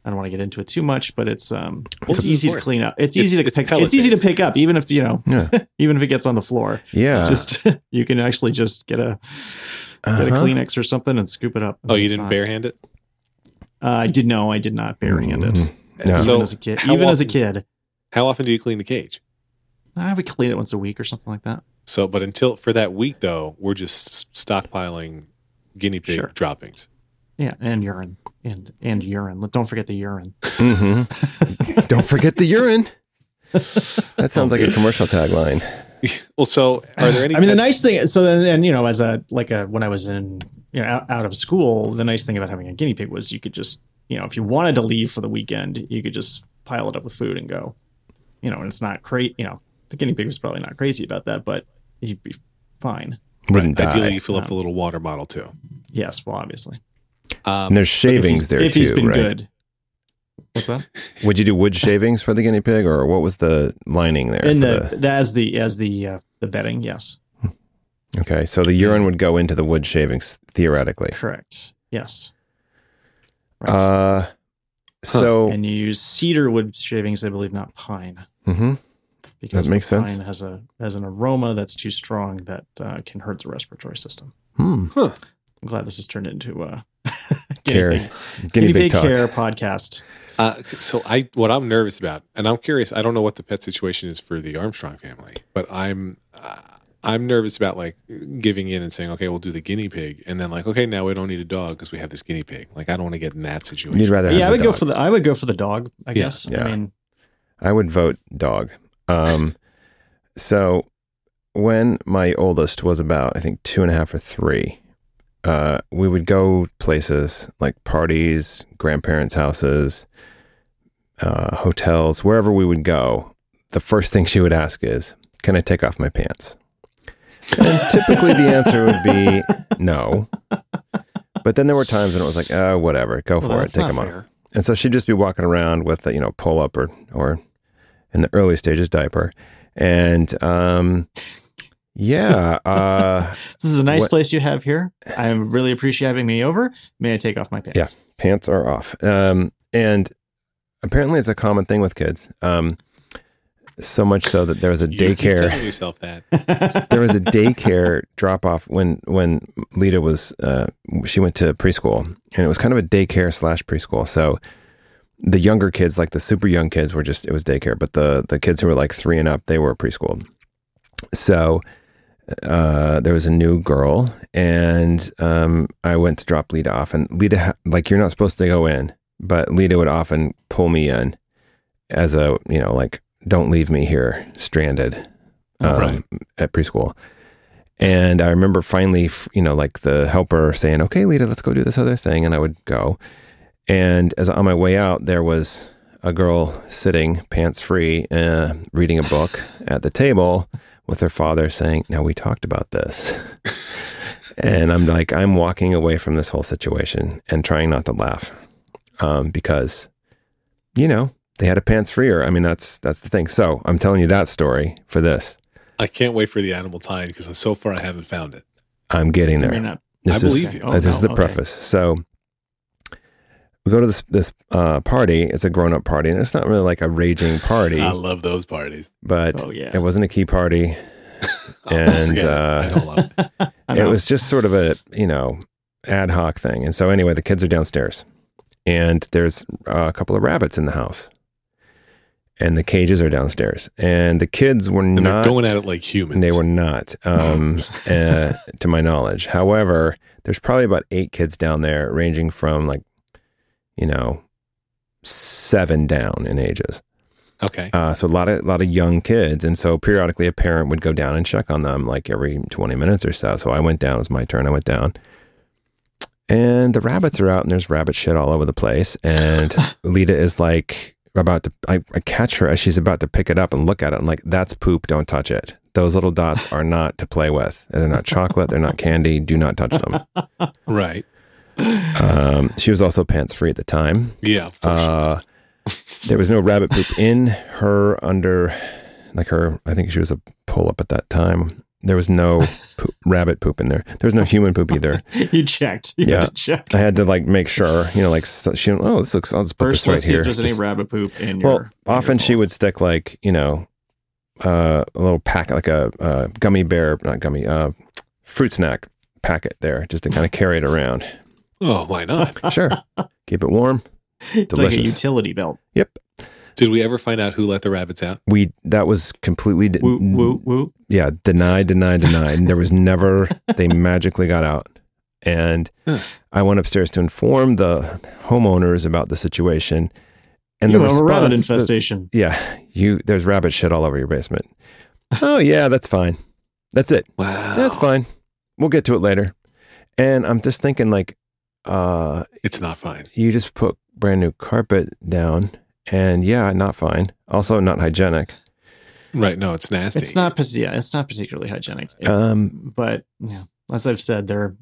Speaker 3: don't want to get into it too much, but it's um,
Speaker 2: This
Speaker 3: it's
Speaker 2: is
Speaker 3: easy to
Speaker 2: important.
Speaker 3: clean up. It's,
Speaker 2: It's-
Speaker 3: easy to
Speaker 2: it's
Speaker 3: pick.
Speaker 2: pellet
Speaker 3: It's easy to
Speaker 2: based.
Speaker 3: pick up, even if you know,
Speaker 1: Yeah.
Speaker 3: <laughs> even if it gets on the floor.
Speaker 1: Yeah.
Speaker 3: Just <laughs> you can actually just get a get a
Speaker 1: Uh-huh.
Speaker 3: Kleenex or something and scoop it up.
Speaker 2: Oh, you
Speaker 3: It's
Speaker 2: didn't
Speaker 3: not-
Speaker 2: bare hand it?
Speaker 3: Uh, I did no, I did not bare hand it.
Speaker 1: Mhm. No.
Speaker 3: Even
Speaker 2: So
Speaker 3: as a kid,
Speaker 2: how
Speaker 3: even as a
Speaker 2: often-
Speaker 3: kid,
Speaker 2: How often do you clean the cage?
Speaker 3: I would clean it once a week or something like that.
Speaker 2: So, but until for that week though, we're just stockpiling guinea pig
Speaker 3: Sure.
Speaker 2: droppings.
Speaker 3: Yeah, and urine and and urine. Don't forget the urine.
Speaker 1: Mm-hmm. Don't forget the urine. That sounds like a commercial tagline.
Speaker 2: Well, so
Speaker 3: <sighs>
Speaker 2: are there any?
Speaker 3: I mean, the
Speaker 2: pets-
Speaker 3: nice thing. So then, and you know, as a like a when I was in you know out, out of school, the nice thing about having a guinea pig was you could just you know if you wanted to leave for the weekend, you could just pile it up with food and go. You know, and it's not crazy. You know, the guinea pig was probably not crazy about that, but he'd be fine.
Speaker 1: Wouldn't
Speaker 2: Ideally,
Speaker 1: die.
Speaker 2: you fill up
Speaker 3: No.
Speaker 2: the little water bottle too.
Speaker 3: Yes, well, obviously,
Speaker 1: And
Speaker 2: Um,
Speaker 1: there's shavings
Speaker 3: if he's,
Speaker 1: there
Speaker 3: if
Speaker 1: too,
Speaker 3: he's been
Speaker 1: right?
Speaker 3: good. What's that?
Speaker 1: Would you do wood shavings for the guinea pig, or what was the lining there?
Speaker 3: In
Speaker 1: for
Speaker 3: the, the as the as the uh, the bedding, yes,
Speaker 1: the- okay, so the urine would go into the wood shavings theoretically.
Speaker 3: correct, yes.
Speaker 1: Uh, so
Speaker 3: and you use cedar wood shavings, I believe, not pine,
Speaker 1: mhm.
Speaker 3: because
Speaker 1: That makes
Speaker 3: the
Speaker 1: sense.
Speaker 3: Pine has a has an aroma that's too strong that uh, can hurt the respiratory system.
Speaker 1: Hmm.
Speaker 3: I'm glad this has turned into a
Speaker 1: Care.
Speaker 3: <laughs> guinea pig,
Speaker 1: guinea,
Speaker 3: guinea
Speaker 1: pig,
Speaker 3: pig
Speaker 1: talk.
Speaker 3: care podcast.
Speaker 2: uh, so I, what I'm nervous about, and I'm curious. I don't know what the pet situation is for the Armstrong family, but I'm, uh, I'm nervous about like giving in and saying, okay, we'll do the guinea pig, and then like, okay, now we don't need a dog because we have this guinea pig. Like, I don't want to get in that situation.
Speaker 1: You'd rather have
Speaker 3: yeah, I
Speaker 1: the
Speaker 3: would go
Speaker 1: dog.
Speaker 3: for the I would go for the dog. I
Speaker 2: Yeah.
Speaker 3: guess.
Speaker 1: Yeah.
Speaker 3: I mean,
Speaker 1: I would vote dog. Um, so when my oldest was about, I think two and a half or three, uh, we would go places like parties, grandparents' houses, uh, hotels, wherever we would go. The first thing she would ask is, "Can I take off my pants?" And typically, the answer would be no. But then there were times when it was like, "Oh, whatever, go
Speaker 3: well,
Speaker 1: for it,
Speaker 3: that's
Speaker 1: take
Speaker 3: not
Speaker 1: them off."
Speaker 3: fair.
Speaker 1: And so she'd just be walking around with a, you know, pull up or, or in the early stages diaper. And, um, yeah, uh,
Speaker 3: This is a nice
Speaker 1: What-
Speaker 3: place you have here. I really appreciate having me over. May I take off my pants?
Speaker 1: Yeah. pants are off. Um, and apparently it's a common thing with kids. Um, so much so that there was a
Speaker 2: You keep
Speaker 1: daycare.
Speaker 2: telling yourself that.
Speaker 3: <laughs>
Speaker 1: there was a daycare drop off when when Lita was uh, she went to preschool and it was kind of a daycare slash preschool. So the younger kids, like the super young kids, were just it was daycare, but the the kids who were like three and up, they were preschool. So uh, there was a new girl, and um, I went to drop Lita off, and Lita ha- like you're not supposed to go in, but Lita would often pull me in as a you know like don't leave me here stranded um,
Speaker 2: Right.
Speaker 1: at preschool. And I remember finally, f- you know, like the helper saying, "Okay, Lita, let's go do this other thing," and I would go. And as on my way out, there was a girl sitting pants free, uh, reading a book at the table with her father, saying, "Now we talked about this." and I'm like, I'm walking away from this whole situation and trying not to laugh, um, because, you know, they had a pants freer. I mean, that's that's the thing. So I'm telling you that story for this.
Speaker 2: I can't wait for the animal tie because so far I haven't found it.
Speaker 1: I'm getting
Speaker 3: I
Speaker 1: there.
Speaker 3: mean, uh,
Speaker 1: This
Speaker 2: I
Speaker 1: is,
Speaker 2: believe you.
Speaker 1: This
Speaker 3: Oh,
Speaker 1: is
Speaker 3: no,
Speaker 1: the
Speaker 3: okay.
Speaker 1: preface. So we go to this this uh, party. It's a grown up party, and it's not really like a
Speaker 2: <sighs>
Speaker 1: raging party,
Speaker 2: I love those <laughs> parties.
Speaker 1: but
Speaker 3: oh yeah.
Speaker 1: it wasn't a key party.
Speaker 2: Oh,
Speaker 1: And,
Speaker 2: forget it. I
Speaker 1: uh,
Speaker 2: don't love it.
Speaker 3: I
Speaker 1: It
Speaker 3: know.
Speaker 1: was just sort of a you know ad hoc thing. And so anyway, the kids are downstairs, and there's uh, a couple of rabbits in the house, and the cages are downstairs, and the kids were
Speaker 2: And they're
Speaker 1: not
Speaker 2: going at it like humans.
Speaker 1: They were not, um, uh, to my knowledge. However, there's probably about eight kids down there, ranging from like, you know, seven down in ages.
Speaker 2: okay.
Speaker 1: Uh, so a lot of lot of young kids, and so periodically a parent would go down and check on them, like every 20 minutes or so. So I went down. It was my turn. I went down, and the rabbits are out, and there's rabbit shit all over the place. And Lita is like about to. I, I catch her as she's about to pick it up and look at it. I'm like, "That's poop. Don't touch it. Those little dots are not to play with. They're not chocolate. They're not candy. Do not touch them."
Speaker 2: Right.
Speaker 1: Um, she was also pants free at the time.
Speaker 2: Yeah. of course.
Speaker 1: Uh, there was no rabbit poop in her under like her. I think she was a pull up at that time. There was no poop, rabbit poop in there. There was no human poop either.
Speaker 3: <laughs> you checked. You
Speaker 1: Yeah.
Speaker 3: had to check.
Speaker 1: I had to like make sure, you know, like so she. Oh, this looks. I'll just put
Speaker 3: First,
Speaker 1: this right
Speaker 3: let's see
Speaker 1: here.
Speaker 3: if there's any
Speaker 1: Just-
Speaker 3: rabbit poop in your.
Speaker 1: well,
Speaker 3: in your
Speaker 1: often she
Speaker 3: bowl. <laughs>
Speaker 1: would stick like you know, uh, a little packet, like a uh, gummy bear, not gummy, uh, fruit snack packet there, just to kind of carry it around.
Speaker 2: Oh, why not?
Speaker 3: <laughs>
Speaker 1: Sure, keep it warm.
Speaker 3: like a
Speaker 1: delicious.
Speaker 3: utility belt.
Speaker 1: Yep,
Speaker 2: Did we ever find out who let the rabbits out?
Speaker 1: we that was completely de-
Speaker 3: Woo woo woo.
Speaker 1: yeah denied, denied, denied. and there was never they magically got out, and
Speaker 2: Huh.
Speaker 1: I went upstairs to inform the homeowners about the situation, and
Speaker 3: you
Speaker 1: the
Speaker 3: have a rabbit
Speaker 1: response- the-
Speaker 3: infestation.
Speaker 1: Yeah, you. There's rabbit shit all over your basement. oh yeah, that's fine. That's it.
Speaker 2: Wow,
Speaker 1: That's fine. We'll get to it later. And I'm just thinking, like, uh,
Speaker 2: It's not fine.
Speaker 1: you just put brand new carpet down, and yeah, not fine. Also, not hygienic.
Speaker 2: Right? No, it's nasty.
Speaker 3: It's not. pas- Yeah, it's not particularly hygienic. It-
Speaker 1: Um,
Speaker 3: but yeah, as I've said, they're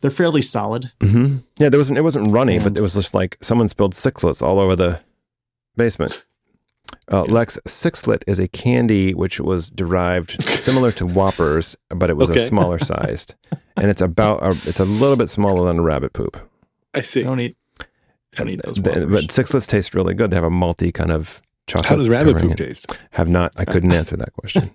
Speaker 3: they're fairly solid.
Speaker 2: Mm-hmm.
Speaker 1: mhm. yeah, there wasn't. It wasn't runny, but
Speaker 3: And-
Speaker 1: it was just like someone spilled sixlets all over the basement. Uh,
Speaker 2: Yeah.
Speaker 1: Lex sixlet is a candy which was derived similar to Whoppers, but it was
Speaker 2: Okay.
Speaker 1: a smaller
Speaker 2: <laughs>
Speaker 1: sized, and it's about a, it's a little bit smaller than a rabbit poop.
Speaker 2: I see.
Speaker 3: Don't eat. Don't
Speaker 1: And
Speaker 3: eat those.
Speaker 1: the- but
Speaker 3: Whoppers.
Speaker 1: sixlets taste really good. They have a malty kind of chocolate.
Speaker 2: How does rabbit
Speaker 1: covering
Speaker 2: poop
Speaker 1: it.
Speaker 2: taste?
Speaker 1: Have not. I couldn't answer that
Speaker 2: <laughs>
Speaker 1: question.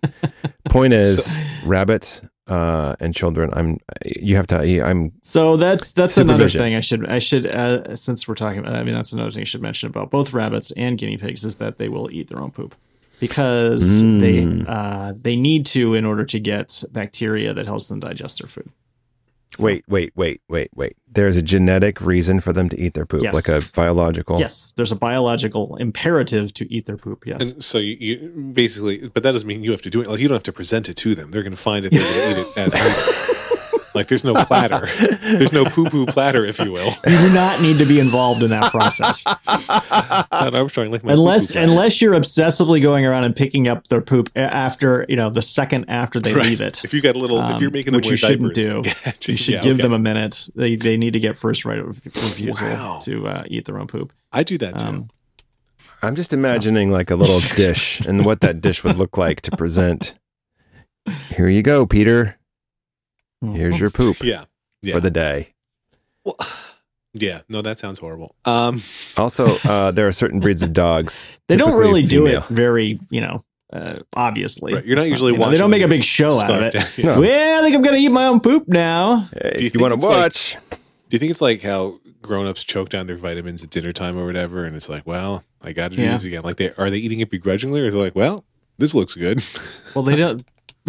Speaker 1: Point is, rabbits uh, and children. I'm. You have to. I'm.
Speaker 3: So that's that's another
Speaker 1: Supervision.
Speaker 3: thing I should I should uh, since we're talking about I mean that's another thing I should mention about both rabbits and guinea pigs is that they will eat their own poop because
Speaker 1: Mm.
Speaker 3: they uh, they need to in order to get bacteria that helps them digest their food.
Speaker 1: Wait. Wait. Wait. Wait. Wait. There's a genetic reason for them to eat their poop,
Speaker 3: Yes.
Speaker 1: like a biological.
Speaker 3: Yes, there's a biological imperative to eat their poop. Yes.
Speaker 2: And so you, you basically, but that doesn't mean you have to do it. Like you don't have to present it to them. They're going to find it. They're going to eat it <laughs> as is. like there's no platter. There's no poo <laughs> poo platter, if you will.
Speaker 3: you do not need to be involved in that
Speaker 2: <laughs>
Speaker 3: process
Speaker 2: Not Armstrong, like my
Speaker 3: unless
Speaker 2: poo-poo platter.
Speaker 3: unless you're obsessively going around and picking up their poop a- after you know the second after they
Speaker 2: Right.
Speaker 3: leave it.
Speaker 2: If you got a little, if
Speaker 3: Um,
Speaker 2: you're making them
Speaker 3: which
Speaker 2: wear
Speaker 3: you shouldn't
Speaker 2: <laughs>
Speaker 3: <laughs>
Speaker 2: diapers,
Speaker 3: You should give
Speaker 2: okay.
Speaker 3: them a minute. They they need to get first right of refusal
Speaker 2: Wow.
Speaker 3: to uh, eat their own poop.
Speaker 2: I do that too.
Speaker 3: Um,
Speaker 1: I'm just imagining like a little dish and what that dish would look like to present. Here you go, Peter. Hmm. Here's your poop
Speaker 2: yeah. Yeah.
Speaker 1: for the day.
Speaker 2: Well, <sighs> yeah. No, that sounds horrible. Um,
Speaker 1: Also, uh, there are certain breeds of dogs.
Speaker 3: <laughs> They don't
Speaker 1: typically
Speaker 3: really do
Speaker 1: female.
Speaker 3: it very you know uh, obviously.
Speaker 2: Right, you're not
Speaker 3: It's
Speaker 2: usually
Speaker 3: you know, They
Speaker 2: watching
Speaker 3: don't make a
Speaker 2: them
Speaker 3: big show out of
Speaker 2: scarf
Speaker 3: it.
Speaker 2: down.
Speaker 1: <laughs> No.
Speaker 3: Well, I think I'm gonna eat my own poop now.
Speaker 1: Hey,
Speaker 2: Do you
Speaker 1: if you
Speaker 2: think
Speaker 1: want
Speaker 2: it's
Speaker 1: to
Speaker 2: like-
Speaker 1: watch,
Speaker 2: Do you think it's like how grown-ups choke down their vitamins at dinner time or whatever, and it's like, well, I got to do
Speaker 3: Yeah.
Speaker 2: this again. Like, they are they eating it begrudgingly, or they're like, well, this looks good.
Speaker 3: Well, they don't.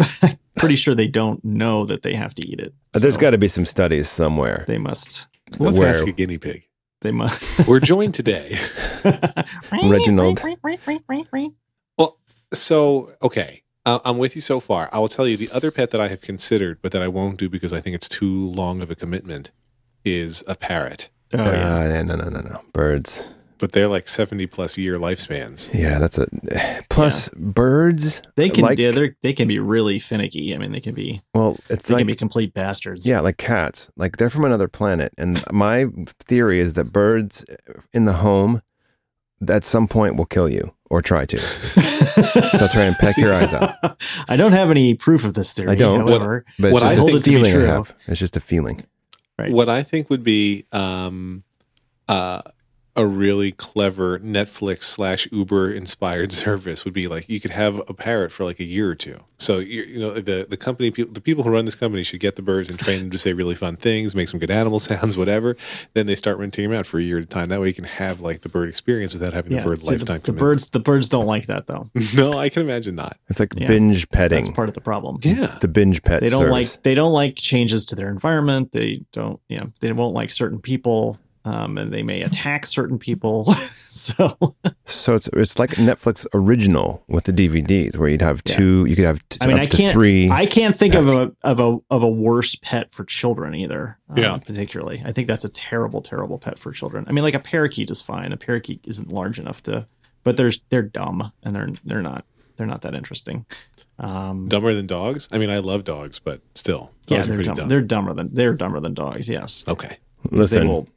Speaker 3: <laughs> pretty sure they don't know that they have to eat it.
Speaker 1: Uh, There's
Speaker 3: So
Speaker 1: got to be some studies somewhere.
Speaker 3: They must.
Speaker 2: Let's
Speaker 1: Where-
Speaker 2: ask a guinea pig.
Speaker 3: They must.
Speaker 2: We're joined today.
Speaker 1: <laughs>
Speaker 3: <laughs>
Speaker 1: Reginald.
Speaker 3: Oh,
Speaker 2: So, okay, uh, I'm with you so far. I will tell you the other pet that I have considered, but that I won't do because I think it's too long of a commitment, is a parrot.
Speaker 3: Oh, yeah.
Speaker 1: Uh, yeah, no, no, no, no. Birds.
Speaker 2: But they're like 70 plus year lifespans.
Speaker 1: Yeah, that's a. <sighs> Plus, birds.
Speaker 3: They can
Speaker 1: like-
Speaker 3: yeah, they're, they can be really finicky. I mean, they can be
Speaker 1: Well, it's
Speaker 3: they
Speaker 1: like
Speaker 3: can be complete bastards. <laughs>
Speaker 1: yeah, like cats. Like they're from another planet, and my theory is that birds in the home, at some point, will kill you or try to. They'll try
Speaker 3: <laughs>
Speaker 1: and peck your eyes out.
Speaker 3: I don't have any proof of this theory.
Speaker 1: I don't.
Speaker 3: However,
Speaker 1: But it's
Speaker 2: What I
Speaker 1: just
Speaker 2: hold
Speaker 1: a
Speaker 3: it to be
Speaker 1: feeling I
Speaker 3: true.
Speaker 1: have. It's just a feeling.
Speaker 3: Right.
Speaker 2: What I think would be um, uh, a really clever Netflix slash Uber inspired <laughs> service would be like you could have a parrot for like a year or two. So you, you know the the company people the people who run this company should get the birds and train them to say really fun things, make some good animal <laughs> sounds, whatever. Then they start renting them out for a year at a time. That way you can have like the bird experience without having
Speaker 3: yeah,
Speaker 2: the bird
Speaker 3: see, the,
Speaker 2: lifetime.
Speaker 3: the
Speaker 2: commitment.
Speaker 3: birds the birds don't like that though.
Speaker 1: Hmm.
Speaker 2: <laughs> No, I can imagine not.
Speaker 1: It's like
Speaker 3: Yeah.
Speaker 1: binge
Speaker 3: That's
Speaker 1: petting.
Speaker 3: part of the problem.
Speaker 2: Yeah.
Speaker 1: The binge pet.
Speaker 3: They don't
Speaker 1: service.
Speaker 3: like they don't like changes to their environment. They don't yeah they won't like certain people, um, and they may attack certain people. <laughs> so
Speaker 1: So it's it's like Netflix original with the DVDs where you'd have
Speaker 3: Yeah.
Speaker 1: two. You could have t-
Speaker 3: I mean,
Speaker 1: up
Speaker 3: I
Speaker 1: to
Speaker 3: can't-
Speaker 1: three.
Speaker 3: I can't think of
Speaker 1: Pets.
Speaker 3: a of a of a worse pet for children either. uh,
Speaker 2: Yeah.
Speaker 3: particularly, I think that's a terrible, terrible pet for children. I mean, like a parakeet is fine. A parakeet isn't large enough to, but there's they're dumb and they're they're not they're not that interesting. Um,
Speaker 2: Dumber than dogs? I mean, I love dogs, but still.
Speaker 3: yeah,
Speaker 2: dogs are
Speaker 3: they're
Speaker 2: pretty
Speaker 3: dumb. They're dumber than they're dumber than dogs. Yes,
Speaker 2: Okay.
Speaker 3: they
Speaker 1: Listen,
Speaker 3: will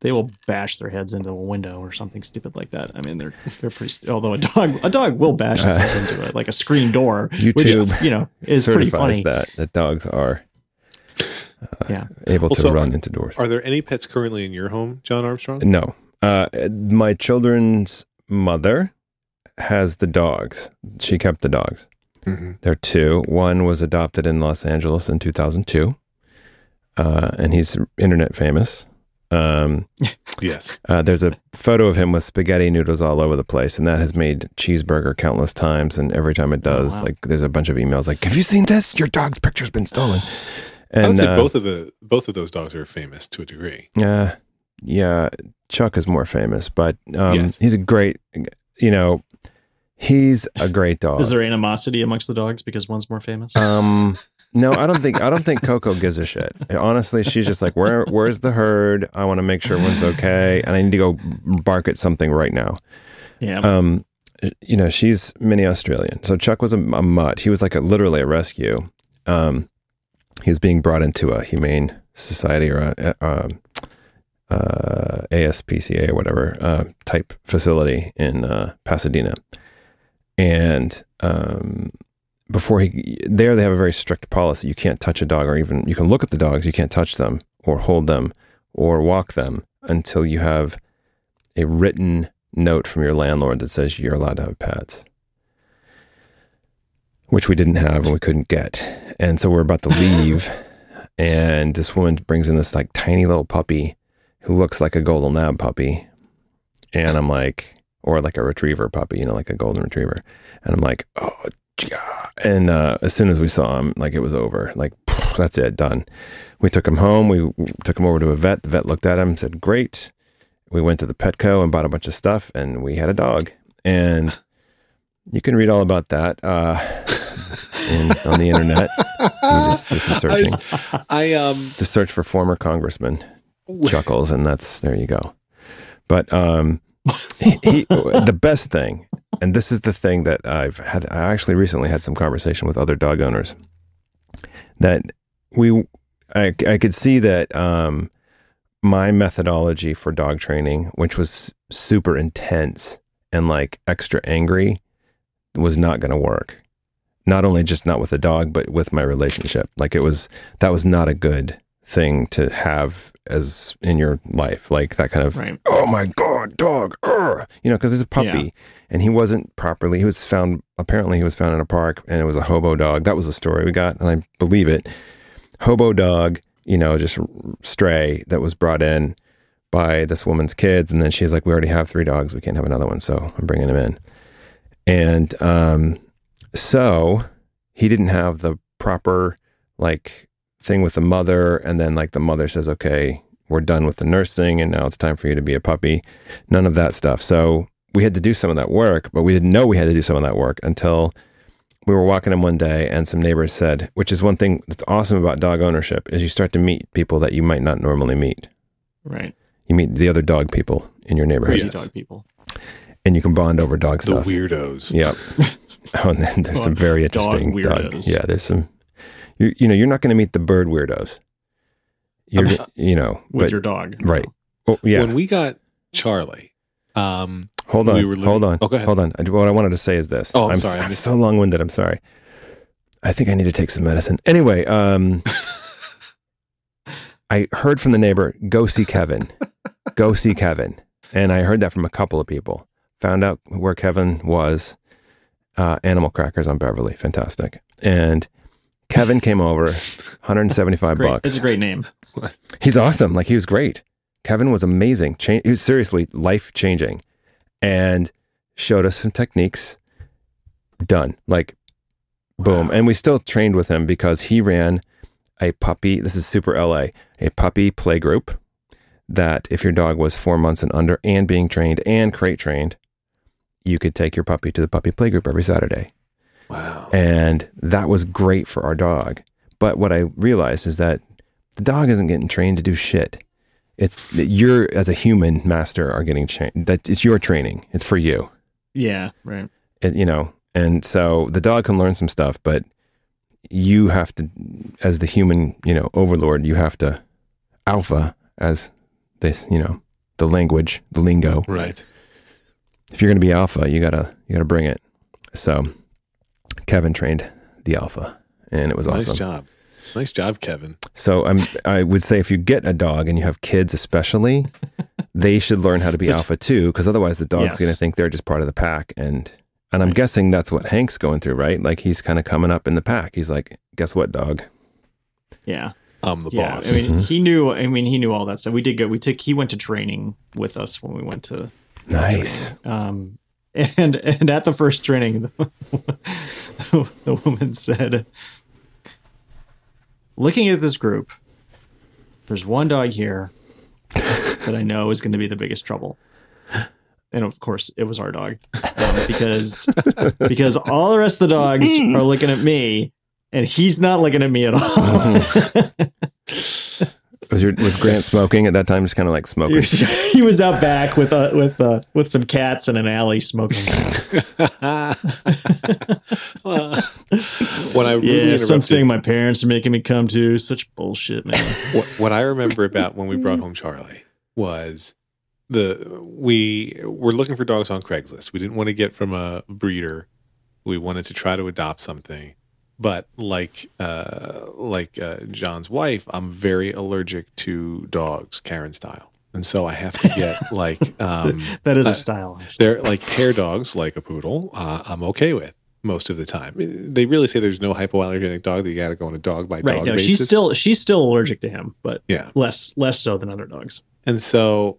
Speaker 3: they will bash their heads into a window or something stupid like that. I mean, they're they're pretty. St- although a dog a dog will bash
Speaker 1: <laughs>
Speaker 3: itself into it, like a screen door, which is,
Speaker 1: YouTube
Speaker 3: you know is pretty
Speaker 1: certifies
Speaker 3: funny.
Speaker 1: that that dogs are uh,
Speaker 3: Yeah,
Speaker 1: able
Speaker 2: Well,
Speaker 1: to
Speaker 2: so-
Speaker 1: run into doors.
Speaker 2: Are there any pets currently in your home, John Armstrong?
Speaker 1: No. Uh, my children's mother has the dogs. She kept the dogs.
Speaker 2: Mm-hmm.
Speaker 1: There are two. One was adopted in Los Angeles in 2002, uh, and he's internet famous. Um,
Speaker 2: Yes.
Speaker 1: uh, there's a photo of him with spaghetti noodles all over the place, and that has made cheeseburger countless times. And every time
Speaker 2: Oh,
Speaker 1: it does,
Speaker 3: wow.
Speaker 1: like there's a bunch of emails like, "Have you seen this? Your dog's picture's been stolen." And
Speaker 2: I would say
Speaker 1: uh,
Speaker 2: both of the both of those dogs are famous to a degree.
Speaker 1: Yeah, Uh, yeah. Chuck is more famous, but um,
Speaker 2: Yes.
Speaker 1: he's a great. You know, he's a great dog.
Speaker 3: is there animosity amongst the dogs because one's more famous?
Speaker 1: um, no, I don't think I don't think Coco gives a shit. Honestly, she's just like, where where's the herd? I want to make sure everyone's okay, and I need to go bark at something right now.
Speaker 3: yeah,
Speaker 1: Um, you know, she's mini Australian. So Chuck was a, a mutt. He was like a, literally a rescue. Um, he was being brought into a humane society or a, a, um, uh, ASPCA or whatever uh, type facility in uh, Pasadena. And um, before he there, they have a very strict policy. You can't touch a dog, or even you can look at the dogs. You can't touch them, or hold them, or walk them until you have a written note from your landlord that says you're allowed to have pets, which we didn't have and we couldn't get. And so we're about to leave, and this woman brings in this like tiny little puppy who looks like a golden lab puppy. And I'm like, or like a retriever puppy, you know, like a golden retriever. And I'm like, oh, yeah. And uh, as soon as we saw him, like it was over. Like, that's it, done. We took him home. We took him over to a vet. The vet looked at him, said, great we went to the Petco and bought a bunch of stuff, and we had a dog. And you can read all about that uh, in, on the internet. You just do some searching.
Speaker 2: I, I um
Speaker 1: Just search for former congressman chuckles, and that's there you go. But um, he, he- the best thing, and this is the thing that I've had. I actually recently had some conversation with other dog owners that we, I, I could see that um, my methodology for dog training, which was super intense and like extra angry, was not going to work. Not only just not with the dog, but with my relationship. Like it was, that was not a good thing to have as in your life. Like that kind of,
Speaker 3: right.
Speaker 1: oh my god dog Urgh! you know because he's a puppy
Speaker 3: Yeah.
Speaker 1: and he wasn't properly he was found apparently he was found in a park and it was a hobo dog that was the story we got and i believe it hobo dog you know just r- stray that was brought in by this woman's kids and then she's like we already have three dogs we can't have another one so i'm bringing him in and um so he didn't have the proper like thing with the mother and then like the mother says okay we're done with the nursing and now it's time for you to be a puppy none of that stuff so we had to do some of that work but we didn't know we had to do some of that work until we were walking in one day and some neighbors said which is one thing that's awesome about dog ownership is you start to meet people that you might not normally meet
Speaker 3: Right.
Speaker 1: you meet the other dog people in your neighborhood
Speaker 3: Crazy
Speaker 2: Yes.
Speaker 3: dog people.
Speaker 1: and you can bond over dog
Speaker 2: the
Speaker 1: stuff
Speaker 2: weirdos.
Speaker 1: Yep. <laughs> Oh, and then there's some
Speaker 3: Dog-
Speaker 1: very
Speaker 3: dog
Speaker 1: interesting dog
Speaker 3: weirdos.
Speaker 1: Yeah, there's some. You, you know, you're not going to meet the bird weirdos. You're you know,
Speaker 3: With
Speaker 1: but
Speaker 3: your dog.
Speaker 1: right. oh, yeah.
Speaker 2: When we got Charlie, um
Speaker 1: hold
Speaker 2: we
Speaker 1: on.
Speaker 2: were living-
Speaker 1: hold on.
Speaker 2: Oh, go ahead.
Speaker 1: Hold on. I, what I wanted to say is this.
Speaker 2: Oh, I'm
Speaker 1: s-
Speaker 2: sorry, I
Speaker 1: I'm
Speaker 2: missed
Speaker 1: so long winded. I'm sorry. I think I need to take some medicine. Anyway,
Speaker 2: <laughs>
Speaker 1: um, I heard from the neighbor, go see Kevin. go see Kevin. And I heard that from a couple of people. Found out where Kevin was. Uh, Animal Crackers on Beverly. Fantastic. And Kevin came over,
Speaker 2: <laughs>
Speaker 1: 175
Speaker 3: Great.
Speaker 1: bucks.
Speaker 3: It's a great name.
Speaker 1: He's awesome. Like he was great. Kevin was amazing. Cha- he was seriously life changing, and showed us some techniques. Done. Like, boom. And we still trained with him because he ran a puppy. This is super LA. A puppy play group that if your dog was four months and under, and being trained and crate trained, you could take your puppy to the puppy play group every Saturday
Speaker 2: Wow.
Speaker 1: and that was great for our dog. But what I realized is that the dog isn't getting trained to do shit. It's that you're as a human master are getting trained. That it's your training. It's for you.
Speaker 3: Yeah. Right.
Speaker 1: It, you know, and so the dog can learn some stuff, but you have to, as the human, you know, overlord, you have to alpha as this, you know, the language, the lingo.
Speaker 2: Right.
Speaker 1: If you're going to be alpha, you gotta you gotta bring it. So Kevin trained the alpha, and it was
Speaker 2: Nice
Speaker 1: awesome.
Speaker 2: job. Nice job, Kevin.
Speaker 1: So I'm I would say if you get a dog and you have kids
Speaker 2: <laughs>
Speaker 1: especially, they should learn how to be
Speaker 3: Such-
Speaker 1: alpha too, because otherwise the dog's
Speaker 3: Yes.
Speaker 1: going to think they're just part of the pack. And and I'm guessing that's what Hank's going through, right? Like he's kind of coming up in the pack. He's like, guess what, dog?
Speaker 3: Yeah.
Speaker 2: I'm the
Speaker 3: yeah,
Speaker 2: boss.
Speaker 3: I
Speaker 2: <laughs>
Speaker 3: mean, <laughs>
Speaker 1: Mhm.
Speaker 3: he knew. I mean, he knew all that stuff. We did go. We took. He went to training with us when we went to.
Speaker 1: Nice.
Speaker 3: Um, and and at the first training, the, <laughs> the woman said, "Looking at this group, there's one dog here that I know is going to be the biggest trouble." And of course, it was our dog um, because because all the rest of the dogs are looking at me, and he's not looking at me at all. <laughs>
Speaker 1: Was your was Grant smoking at that time? Just kind of like smoking.
Speaker 3: he was out back with uh, with uh, with some cats in an alley smoking.
Speaker 2: when I really
Speaker 3: yeah,
Speaker 2: interrupted,
Speaker 3: something my parents are making me come to. Such bullshit, man.
Speaker 2: <laughs> what, what I remember about when we brought home Charlie was the we were looking for dogs on Craigslist. We didn't want to get from a breeder. We wanted to try to adopt something, but like uh, like uh, John's wife, I'm very allergic to dogs, Karen style, and so I have to
Speaker 3: <laughs>
Speaker 2: get like um,
Speaker 3: That is
Speaker 2: Uh,
Speaker 3: a style. actually.
Speaker 2: They're like hair dogs, like a poodle. Uh, I'm okay with most of the time. They really say there's no hypoallergenic dog that you got to go on a dog by
Speaker 3: Right?
Speaker 2: dog
Speaker 3: No,
Speaker 2: basis.
Speaker 3: she's still she's still allergic to him, but
Speaker 2: Yeah.
Speaker 3: less less so than other dogs.
Speaker 2: and so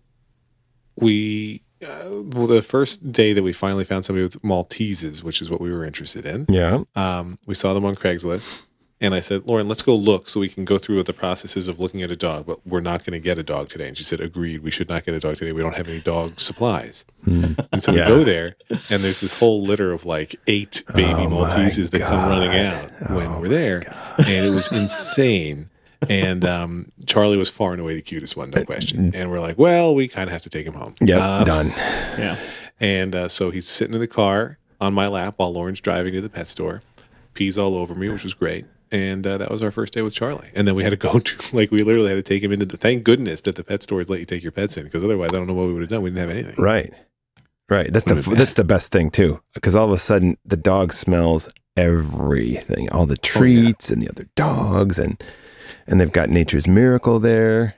Speaker 2: we, uh, well, the first day that we finally found somebody with Malteses, which is what we were interested in,
Speaker 1: <laughs> Yeah.
Speaker 2: um, we saw them on Craigslist. And I said, Lauren, let's go look so we can go through with the processes of looking at a dog, but we're not going to get a dog today. And she said, Agreed, we should not get a dog today. We don't have any dog supplies.
Speaker 1: Hmm.
Speaker 2: And so
Speaker 1: Yeah.
Speaker 2: we go there, and there's this whole litter of like eight baby
Speaker 1: Oh my
Speaker 2: Malteses that come running out
Speaker 1: God.
Speaker 2: when
Speaker 1: Oh
Speaker 2: we're there, and it was insane. And um, Charlie was far and away the cutest one, no question. And we're like, well, we kind of have to take him home.
Speaker 1: Yep.
Speaker 2: Uh,
Speaker 1: done.
Speaker 3: Yeah,
Speaker 2: and uh, so he's sitting in the car on my lap while Lauren's driving to the pet store, pees all over me, which was great. And uh, that was our first day with Charlie. And then we had to go <laughs> to, like, we literally had to take him into the, thank goodness that the pet stores let you take your pets in, because otherwise I don't know what we would have done. We didn't have anything.
Speaker 1: Right. Right. That's the
Speaker 2: Would've been
Speaker 1: that's the best thing too, because all of a sudden the dog smells everything, all
Speaker 2: Oh,
Speaker 1: the treats and the other dogs, and and they've got Nature's Miracle there.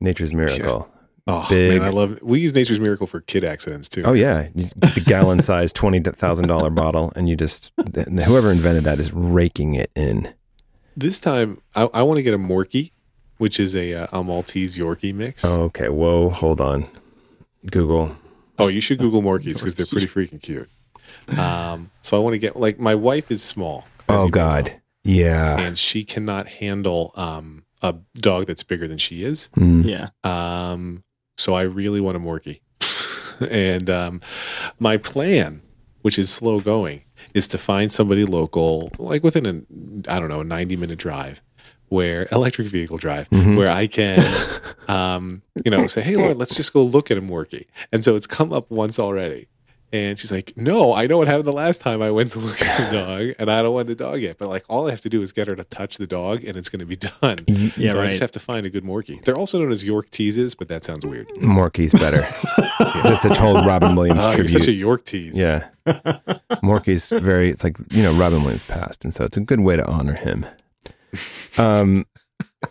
Speaker 1: Nature's Miracle.
Speaker 2: Oh
Speaker 1: Big-
Speaker 2: man, I love. We use Nature's Miracle for kid accidents too.
Speaker 1: Oh yeah, you get the gallon size twenty thousand dollar bottle, and you just then whoever invented that is raking it in.
Speaker 2: This time, I, I want to get a Morkie, which is a, uh, a Maltese Yorkie mix. Oh,
Speaker 1: Okay, whoa, hold on, Google.
Speaker 2: you should Google Morkies because they're pretty freaking cute. Um, so I want to get like my wife is small. as
Speaker 1: Oh
Speaker 2: you
Speaker 1: God, yeah,
Speaker 2: know, and she cannot handle um a dog that's bigger than she is.
Speaker 1: Mm.
Speaker 3: yeah.
Speaker 2: <laughs> Um, so I really want a Morky. <laughs> and um, my plan, which is slow going, is to find somebody local, like within a, I don't know, a 90 minute drive where electric vehicle drive
Speaker 1: Mhm.
Speaker 2: where i can um you know say hey lauren let's just go look at a morky and so it's come up once already and she's like no i know what happened the last time i went to look at the dog and i don't want the dog yet but like all i have to do is get her to touch the dog and it's going to be <laughs> done
Speaker 3: Yeah,
Speaker 2: so I
Speaker 3: right.
Speaker 2: just have to find a good Morky. They're also known as York teases, but that sounds weird.
Speaker 1: Morky's
Speaker 2: <laughs>
Speaker 1: better. That's the whole Robin Williams
Speaker 2: Oh, you're
Speaker 1: tribute.
Speaker 2: such a York tease.
Speaker 1: Yeah. Morky's very, it's like, you know, Robin Williams passed. And so it's a good way to honor him. Um,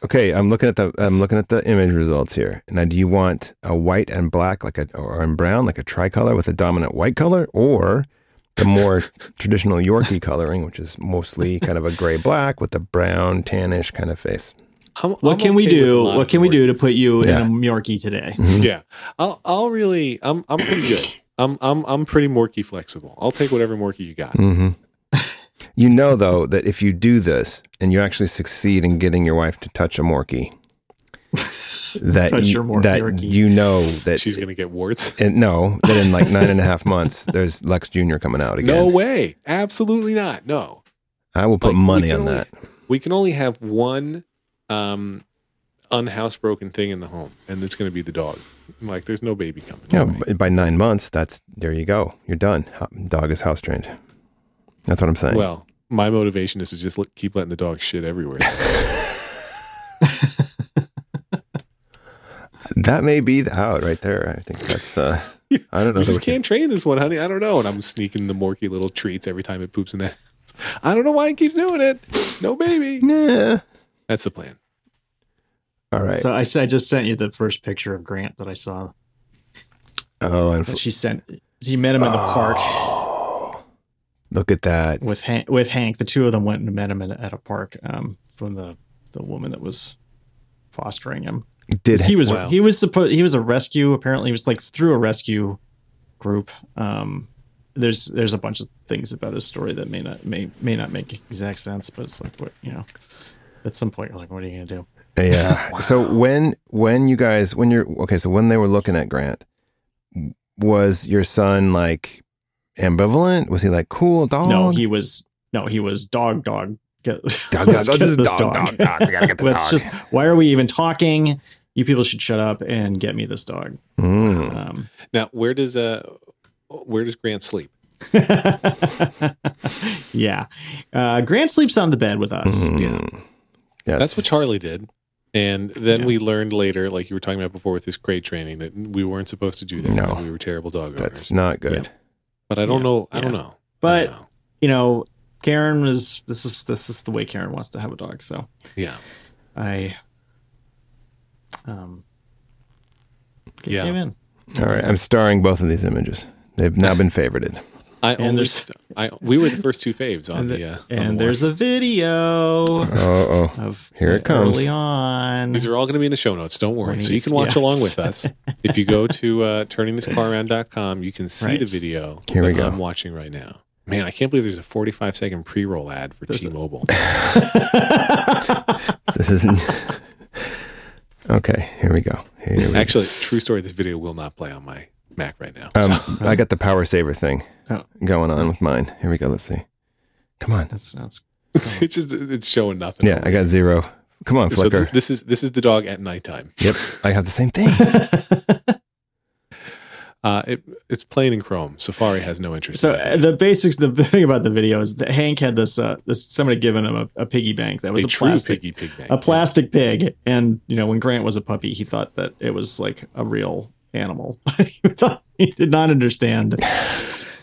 Speaker 1: okay. I'm looking at the, I'm looking at the image results here. Now, do you want a white and black, like a, or in brown, like a tricolor with a dominant white color or the more traditional Yorkie coloring, which is mostly kind of a gray black with a brown tannish kind of face?
Speaker 2: I'm-
Speaker 3: What
Speaker 2: I'm
Speaker 3: can we
Speaker 2: okay with a
Speaker 3: do?
Speaker 2: lot
Speaker 3: What
Speaker 2: of
Speaker 3: can we do to
Speaker 2: Yorkies.
Speaker 3: put you
Speaker 1: Yeah.
Speaker 3: in a Yorkie today?
Speaker 2: Yeah, I'll I'll really I'm I'm pretty good. I'm I'm I'm pretty Morky flexible. I'll take whatever Morky you got.
Speaker 3: Mm-hmm.
Speaker 1: hmm You know, though, that if you do this and you actually succeed in getting your wife to touch a
Speaker 3: <laughs>
Speaker 1: Morky, that
Speaker 3: Touch
Speaker 1: you,
Speaker 3: your Mor-
Speaker 1: that
Speaker 3: Yorkie.
Speaker 1: you know
Speaker 3: <laughs>
Speaker 1: that
Speaker 2: She's gonna
Speaker 1: <laughs>
Speaker 2: get warts.
Speaker 1: and no, that in like nine and a half months, there's Lex Junior coming out again.
Speaker 2: No way. Absolutely not. No.
Speaker 1: I will put
Speaker 2: Like, we
Speaker 1: money
Speaker 2: can
Speaker 1: on
Speaker 2: only-
Speaker 1: that.
Speaker 2: We can only have one um unhousebroken thing in the home, and it's gonna be the dog. Like there's no baby coming.
Speaker 1: Yeah, b- by nine months, that's there you go. You're done. Ho- Dog is house trained. That's what I'm saying.
Speaker 2: Well, my motivation is to just let, keep letting the dog shit everywhere.
Speaker 1: that may be the out right there. I think that's.
Speaker 3: <laughs>
Speaker 1: Uh, I don't know. that
Speaker 2: We just
Speaker 1: we can-
Speaker 2: can't train this one, honey. I don't know. And I'm sneaking the Morky little treats every time it poops in that. I don't know why it keeps doing it. No baby.
Speaker 1: Nah.
Speaker 2: That's the plan.
Speaker 1: All right.
Speaker 3: So I, s- I just sent you the first picture of Grant that I saw
Speaker 1: oh, and
Speaker 3: that
Speaker 1: f-
Speaker 3: she sent. She met him in the
Speaker 2: Oh.
Speaker 3: park
Speaker 1: look at that.
Speaker 3: with Hank. With Hank, the two of them went and met him in, at a park um, from the the woman that was fostering him.
Speaker 1: Did
Speaker 3: he was
Speaker 2: Wow.
Speaker 3: he was supposed he was a rescue apparently he was like through a rescue group um there's there's a bunch of things about his story that may not may may not make exact sense but it's like what you know at some point you're like what are you gonna do <laughs>
Speaker 1: Yeah. So when when you guys when you're okay, so when they were looking at Grant, was your son like ambivalent? Was he like cool dog?
Speaker 3: no he was no he was dog dog get,
Speaker 1: Um,
Speaker 3: <laughs>
Speaker 1: dog, dog, dog,
Speaker 3: let's get
Speaker 1: this is
Speaker 3: this
Speaker 1: dog, dog, dog, We
Speaker 3: <laughs>
Speaker 1: gotta get the
Speaker 3: let's
Speaker 1: dog.
Speaker 3: just why are we even talking you people should shut up and get me this dog
Speaker 1: Mm.
Speaker 3: um <laughs>
Speaker 2: Now, where does uh, where does Grant sleep?
Speaker 3: yeah uh grant sleeps on the bed with us
Speaker 1: Mm.
Speaker 2: Yeah.
Speaker 1: Yeah,
Speaker 2: That's what
Speaker 1: it's-
Speaker 2: Charlie did. And then
Speaker 3: Yeah.
Speaker 2: we learned later, like you were talking about before with this crate training, that we weren't supposed to do that.
Speaker 1: No.
Speaker 2: that we were terrible dog
Speaker 1: That's
Speaker 2: owners.
Speaker 1: not good.
Speaker 2: But I don't
Speaker 3: Yeah.
Speaker 2: know. I don't
Speaker 3: Yeah.
Speaker 2: know. I
Speaker 3: but
Speaker 2: don't know.
Speaker 3: you know, Karen was this is this is the way Karen wants to have a dog. So
Speaker 2: yeah,
Speaker 3: I um get
Speaker 2: Yeah.
Speaker 3: him in.
Speaker 1: All right, I'm starring both of these images. They've now been
Speaker 3: <laughs>
Speaker 1: favorited.
Speaker 2: I only.
Speaker 3: there's-
Speaker 2: I we were the first two faves on the, uh, on the
Speaker 3: And
Speaker 2: wall.
Speaker 3: there's a video
Speaker 1: Oh, oh,
Speaker 3: of
Speaker 1: Here it comes.
Speaker 3: early on.
Speaker 2: These are all going to be in the show notes. Don't worry.
Speaker 3: Right.
Speaker 2: So you can watch
Speaker 3: Yes.
Speaker 2: along with us. If you go to uh, turningthiscararound.com, you can see the
Speaker 3: Right.
Speaker 2: video
Speaker 1: Here we
Speaker 2: that
Speaker 1: go.
Speaker 2: I'm watching right now. Man, I can't believe there's a 45 second pre roll ad for T Mobile.
Speaker 1: this isn't. <laughs> okay, here we go. Here we
Speaker 2: Actually, true story, this video will not play on my Mac right now.
Speaker 1: Um, I got the power saver thing
Speaker 3: Oh.
Speaker 1: going on with mine. Here we go. Let's see. Come on.
Speaker 3: <laughs> that's that's
Speaker 2: <laughs> it's just, it's showing nothing.
Speaker 1: Yeah, I got zero. Come on,
Speaker 2: So
Speaker 1: Flicker.
Speaker 2: th- this is this is the dog at nighttime.
Speaker 1: Yep, I have the same thing.
Speaker 2: Uh, it, it's playing in Chrome. Safari has no interest.
Speaker 3: so
Speaker 2: in
Speaker 3: uh,
Speaker 2: it.
Speaker 3: the basics the thing about the video is that Hank had this uh this somebody had given him a, a piggy bank that was
Speaker 2: a
Speaker 3: a,
Speaker 2: true
Speaker 3: plastic
Speaker 2: piggy pig bank.
Speaker 3: a plastic pig and you know when grant was a puppy he thought that it was like a real animal <laughs> he, thought, he did not understand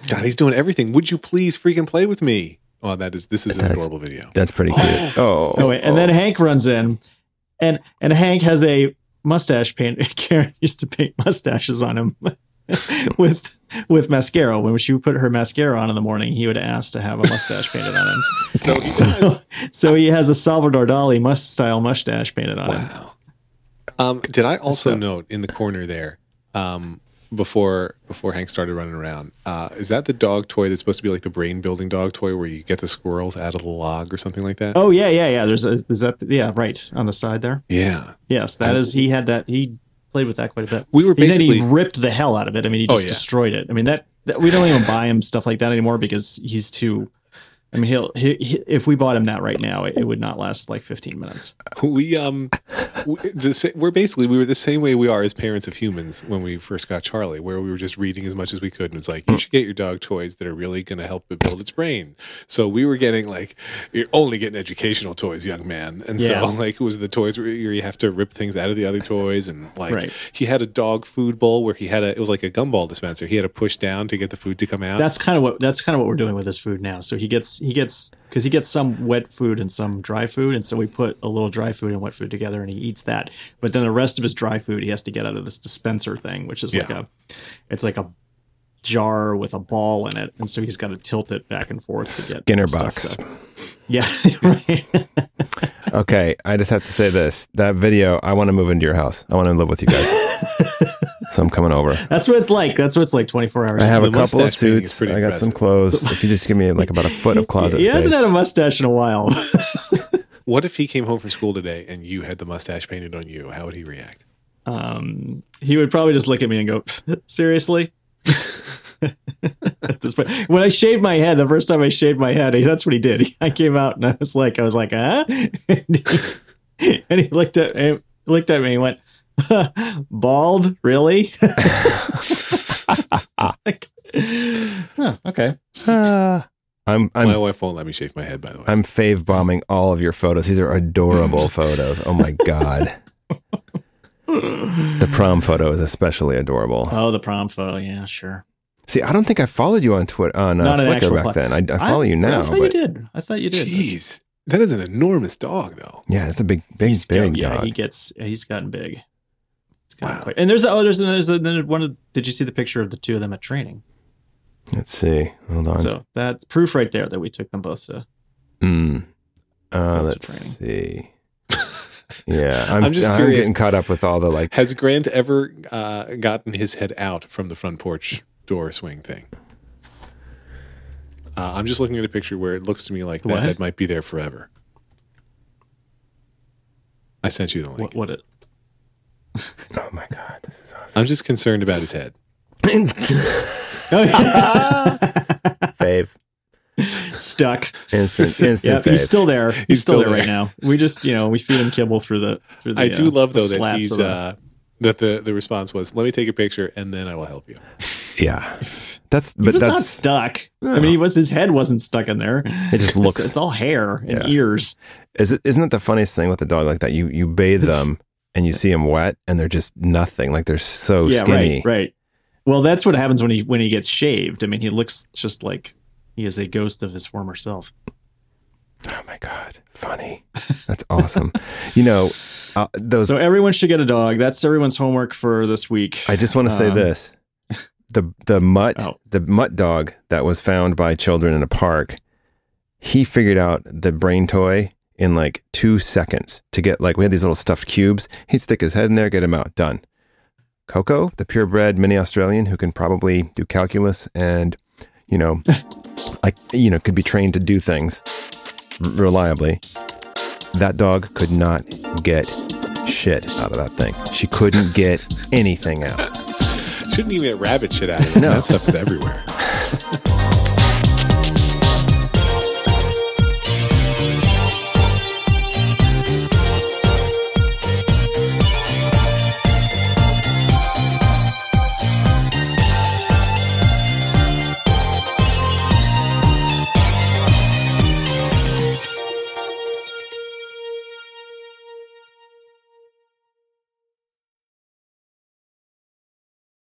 Speaker 2: God, he's doing everything. Would you please freaking play with me? Oh, that is this is an
Speaker 1: That's-
Speaker 2: adorable video.
Speaker 1: <laughs> That's pretty
Speaker 3: <sighs>
Speaker 1: cute. Oh,
Speaker 3: oh, wait, and then hank runs in and and hank has a mustache paint <laughs> karen used to paint mustaches on him <laughs> with with mascara when she would put her mascara on in the morning he would ask to have a mustache painted on him
Speaker 2: <laughs> So he does.
Speaker 3: so he has a salvador dali must style mustache painted on him
Speaker 2: Wow. Um, did I also
Speaker 3: So-
Speaker 2: note in the corner there, um, before before Hank started running around, uh, is that the dog toy that's supposed to be like the brain building dog toy where you get the squirrels out of the log or something like that?
Speaker 3: oh yeah yeah yeah there's a, is that yeah right on the side there
Speaker 2: Yeah.
Speaker 3: Yes, that is. He had that. He played with that quite a bit.
Speaker 2: We were
Speaker 3: And then
Speaker 2: basically
Speaker 3: he ripped the hell out of it. I mean, he
Speaker 2: Oh,
Speaker 3: just
Speaker 2: yeah.
Speaker 3: destroyed it. I mean, that, that we don't even buy him stuff like that anymore because he's too. I mean, he'll he, he, if we bought him that right now, it, it would not last like 15 minutes.
Speaker 2: we um we, the, sa- we're basically we were the same way we are as parents of humans when we first got Charlie, where we were just reading as much as we could, and it's like
Speaker 3: Hmm.
Speaker 2: you should get your dog toys that are really going to help it build its brain. So we were getting like you're only getting educational toys, young man, and
Speaker 3: Yeah.
Speaker 2: so like it was the toys where you have to rip things out of the other toys, and like
Speaker 3: Right.
Speaker 2: he had a dog food bowl where he had a it was like a gumball dispenser. He had to push down to get the food to come out.
Speaker 3: That's kind of what that's kind of what we're doing with his food now. So he gets he gets because he gets some wet food and some dry food, and so we put a little dry food and wet food together, and he eats that. But then the rest of his dry food he has to get out of this dispenser thing, which is like
Speaker 2: Yeah.
Speaker 3: a it's like a jar with a ball in it, and so he's got to tilt it back and forth to get
Speaker 1: Skinner
Speaker 3: stuff
Speaker 1: box.
Speaker 3: to- <laughs> Yeah, right.
Speaker 1: Okay, I just have to say this. That video, I want to move into your house. I want to live with you guys.
Speaker 3: <laughs>
Speaker 1: so I'm coming over.
Speaker 3: that's what it's like. That's what it's like twenty four hours.
Speaker 1: I have
Speaker 2: The
Speaker 1: a couple of
Speaker 2: mustache painting is
Speaker 1: suits. I
Speaker 2: pretty
Speaker 1: got some
Speaker 2: impressive.
Speaker 1: clothes. If you just give me like about a foot of closet
Speaker 3: he hasn't
Speaker 1: space.
Speaker 3: had a mustache in a while.
Speaker 2: what if he came home from school today and you had the mustache painted on you? How would he react?
Speaker 3: um, he would probably just look at me and go, <laughs> "Seriously." at this point, when I shaved my head, the first time I shaved my head, that's what he did. <laughs> I came out and I was like, I was like, huh? <laughs> And he, and he looked at he looked at me and went, <laughs> "Bald, really?" <laughs> Like, huh, okay.
Speaker 1: Ah. I'm I'm
Speaker 2: My wife won't let me shave my head, by the way.
Speaker 1: I'm
Speaker 3: <laughs>
Speaker 1: fave bombing all of your photos. These are adorable photos. Oh my god. The prom photo is especially adorable.
Speaker 3: Oh, the prom photo. Yeah, sure.
Speaker 1: See, I don't think I followed you on Twitter on uh,
Speaker 3: Not an
Speaker 1: Flickr
Speaker 3: actual
Speaker 1: back
Speaker 3: pla-
Speaker 1: then. I, I follow you
Speaker 3: I
Speaker 1: now,
Speaker 3: thought you
Speaker 1: but
Speaker 3: did. I thought you did.
Speaker 2: Jeez, that is an enormous dog, though.
Speaker 1: yeah, it's a big, big,
Speaker 3: He's
Speaker 1: big
Speaker 3: go- yeah,
Speaker 1: dog.
Speaker 3: he gets. He's gotten big. It's gotten
Speaker 2: Wow.
Speaker 3: quite- and there's oh, there's there's another one. Of, did you see the picture of the two of them at training?
Speaker 1: Let's see. Hold on.
Speaker 3: So that's proof right there that we took them both to.
Speaker 1: Mm. Uh, let's
Speaker 3: That's a training. <laughs>
Speaker 1: see. Yeah, I'm,
Speaker 2: I'm just
Speaker 1: just I'm
Speaker 2: curious.
Speaker 1: getting caught up with all the like.
Speaker 2: Has Grant ever uh, gotten his head out from the front porch door swing thing? Uh, I'm just looking at a picture where it looks to me like that
Speaker 3: What?
Speaker 2: head might be there forever. I sent you the
Speaker 3: What,
Speaker 2: link.
Speaker 3: what it? <laughs>
Speaker 1: Oh my god, this is awesome.
Speaker 2: I'm just concerned about his head.
Speaker 1: <laughs>
Speaker 3: oh,
Speaker 2: <laughs>
Speaker 1: Fave,
Speaker 3: Stuck.
Speaker 1: instant, instant
Speaker 3: <laughs> Yeah,
Speaker 1: fave.
Speaker 3: he's still there. He's, still,
Speaker 2: still
Speaker 3: there,
Speaker 2: there.
Speaker 3: right now. We just you know we feed him kibble through the. Through the
Speaker 2: I do
Speaker 3: uh,
Speaker 2: love
Speaker 3: the
Speaker 2: though that
Speaker 3: slats
Speaker 2: he's
Speaker 3: of the-
Speaker 2: uh, that the the response was, "Let me take a picture and then I will help you."
Speaker 1: yeah, that's
Speaker 3: he
Speaker 1: but
Speaker 3: was not
Speaker 1: that's
Speaker 3: stuck. I mean, he was his head wasn't stuck in there.
Speaker 1: it. Just
Speaker 3: It's,
Speaker 1: looks
Speaker 3: it's all hair and
Speaker 1: Yeah.
Speaker 3: ears.
Speaker 1: Is it, isn't it the funniest thing with a dog like that? You you bathe them and you see them wet and they're just nothing. Like they're so
Speaker 3: yeah,
Speaker 1: skinny.
Speaker 3: right, right. Well, that's what happens when he when he gets shaved. I mean, he looks just like he is a ghost of his former self.
Speaker 1: Oh my god, funny. That's awesome. you know, uh, those.
Speaker 3: So everyone should get a dog. That's everyone's homework for this week.
Speaker 1: I just want to say
Speaker 3: um,
Speaker 1: this: the the mutt
Speaker 3: Oh.
Speaker 1: the mutt dog that was found by children in a park. He figured out the brain toy in like two seconds to get like we had these little stuffed cubes. He'd stick his head in there, get him out, done. Coco, the purebred mini Australian who can probably do calculus and, you
Speaker 3: <laughs>
Speaker 1: know, like, you know, could be trained to do things r- reliably. That dog could not get shit out of that thing. She couldn't get anything out.
Speaker 2: Shouldn't even get rabbit shit out of it.
Speaker 1: No.
Speaker 2: That stuff is everywhere.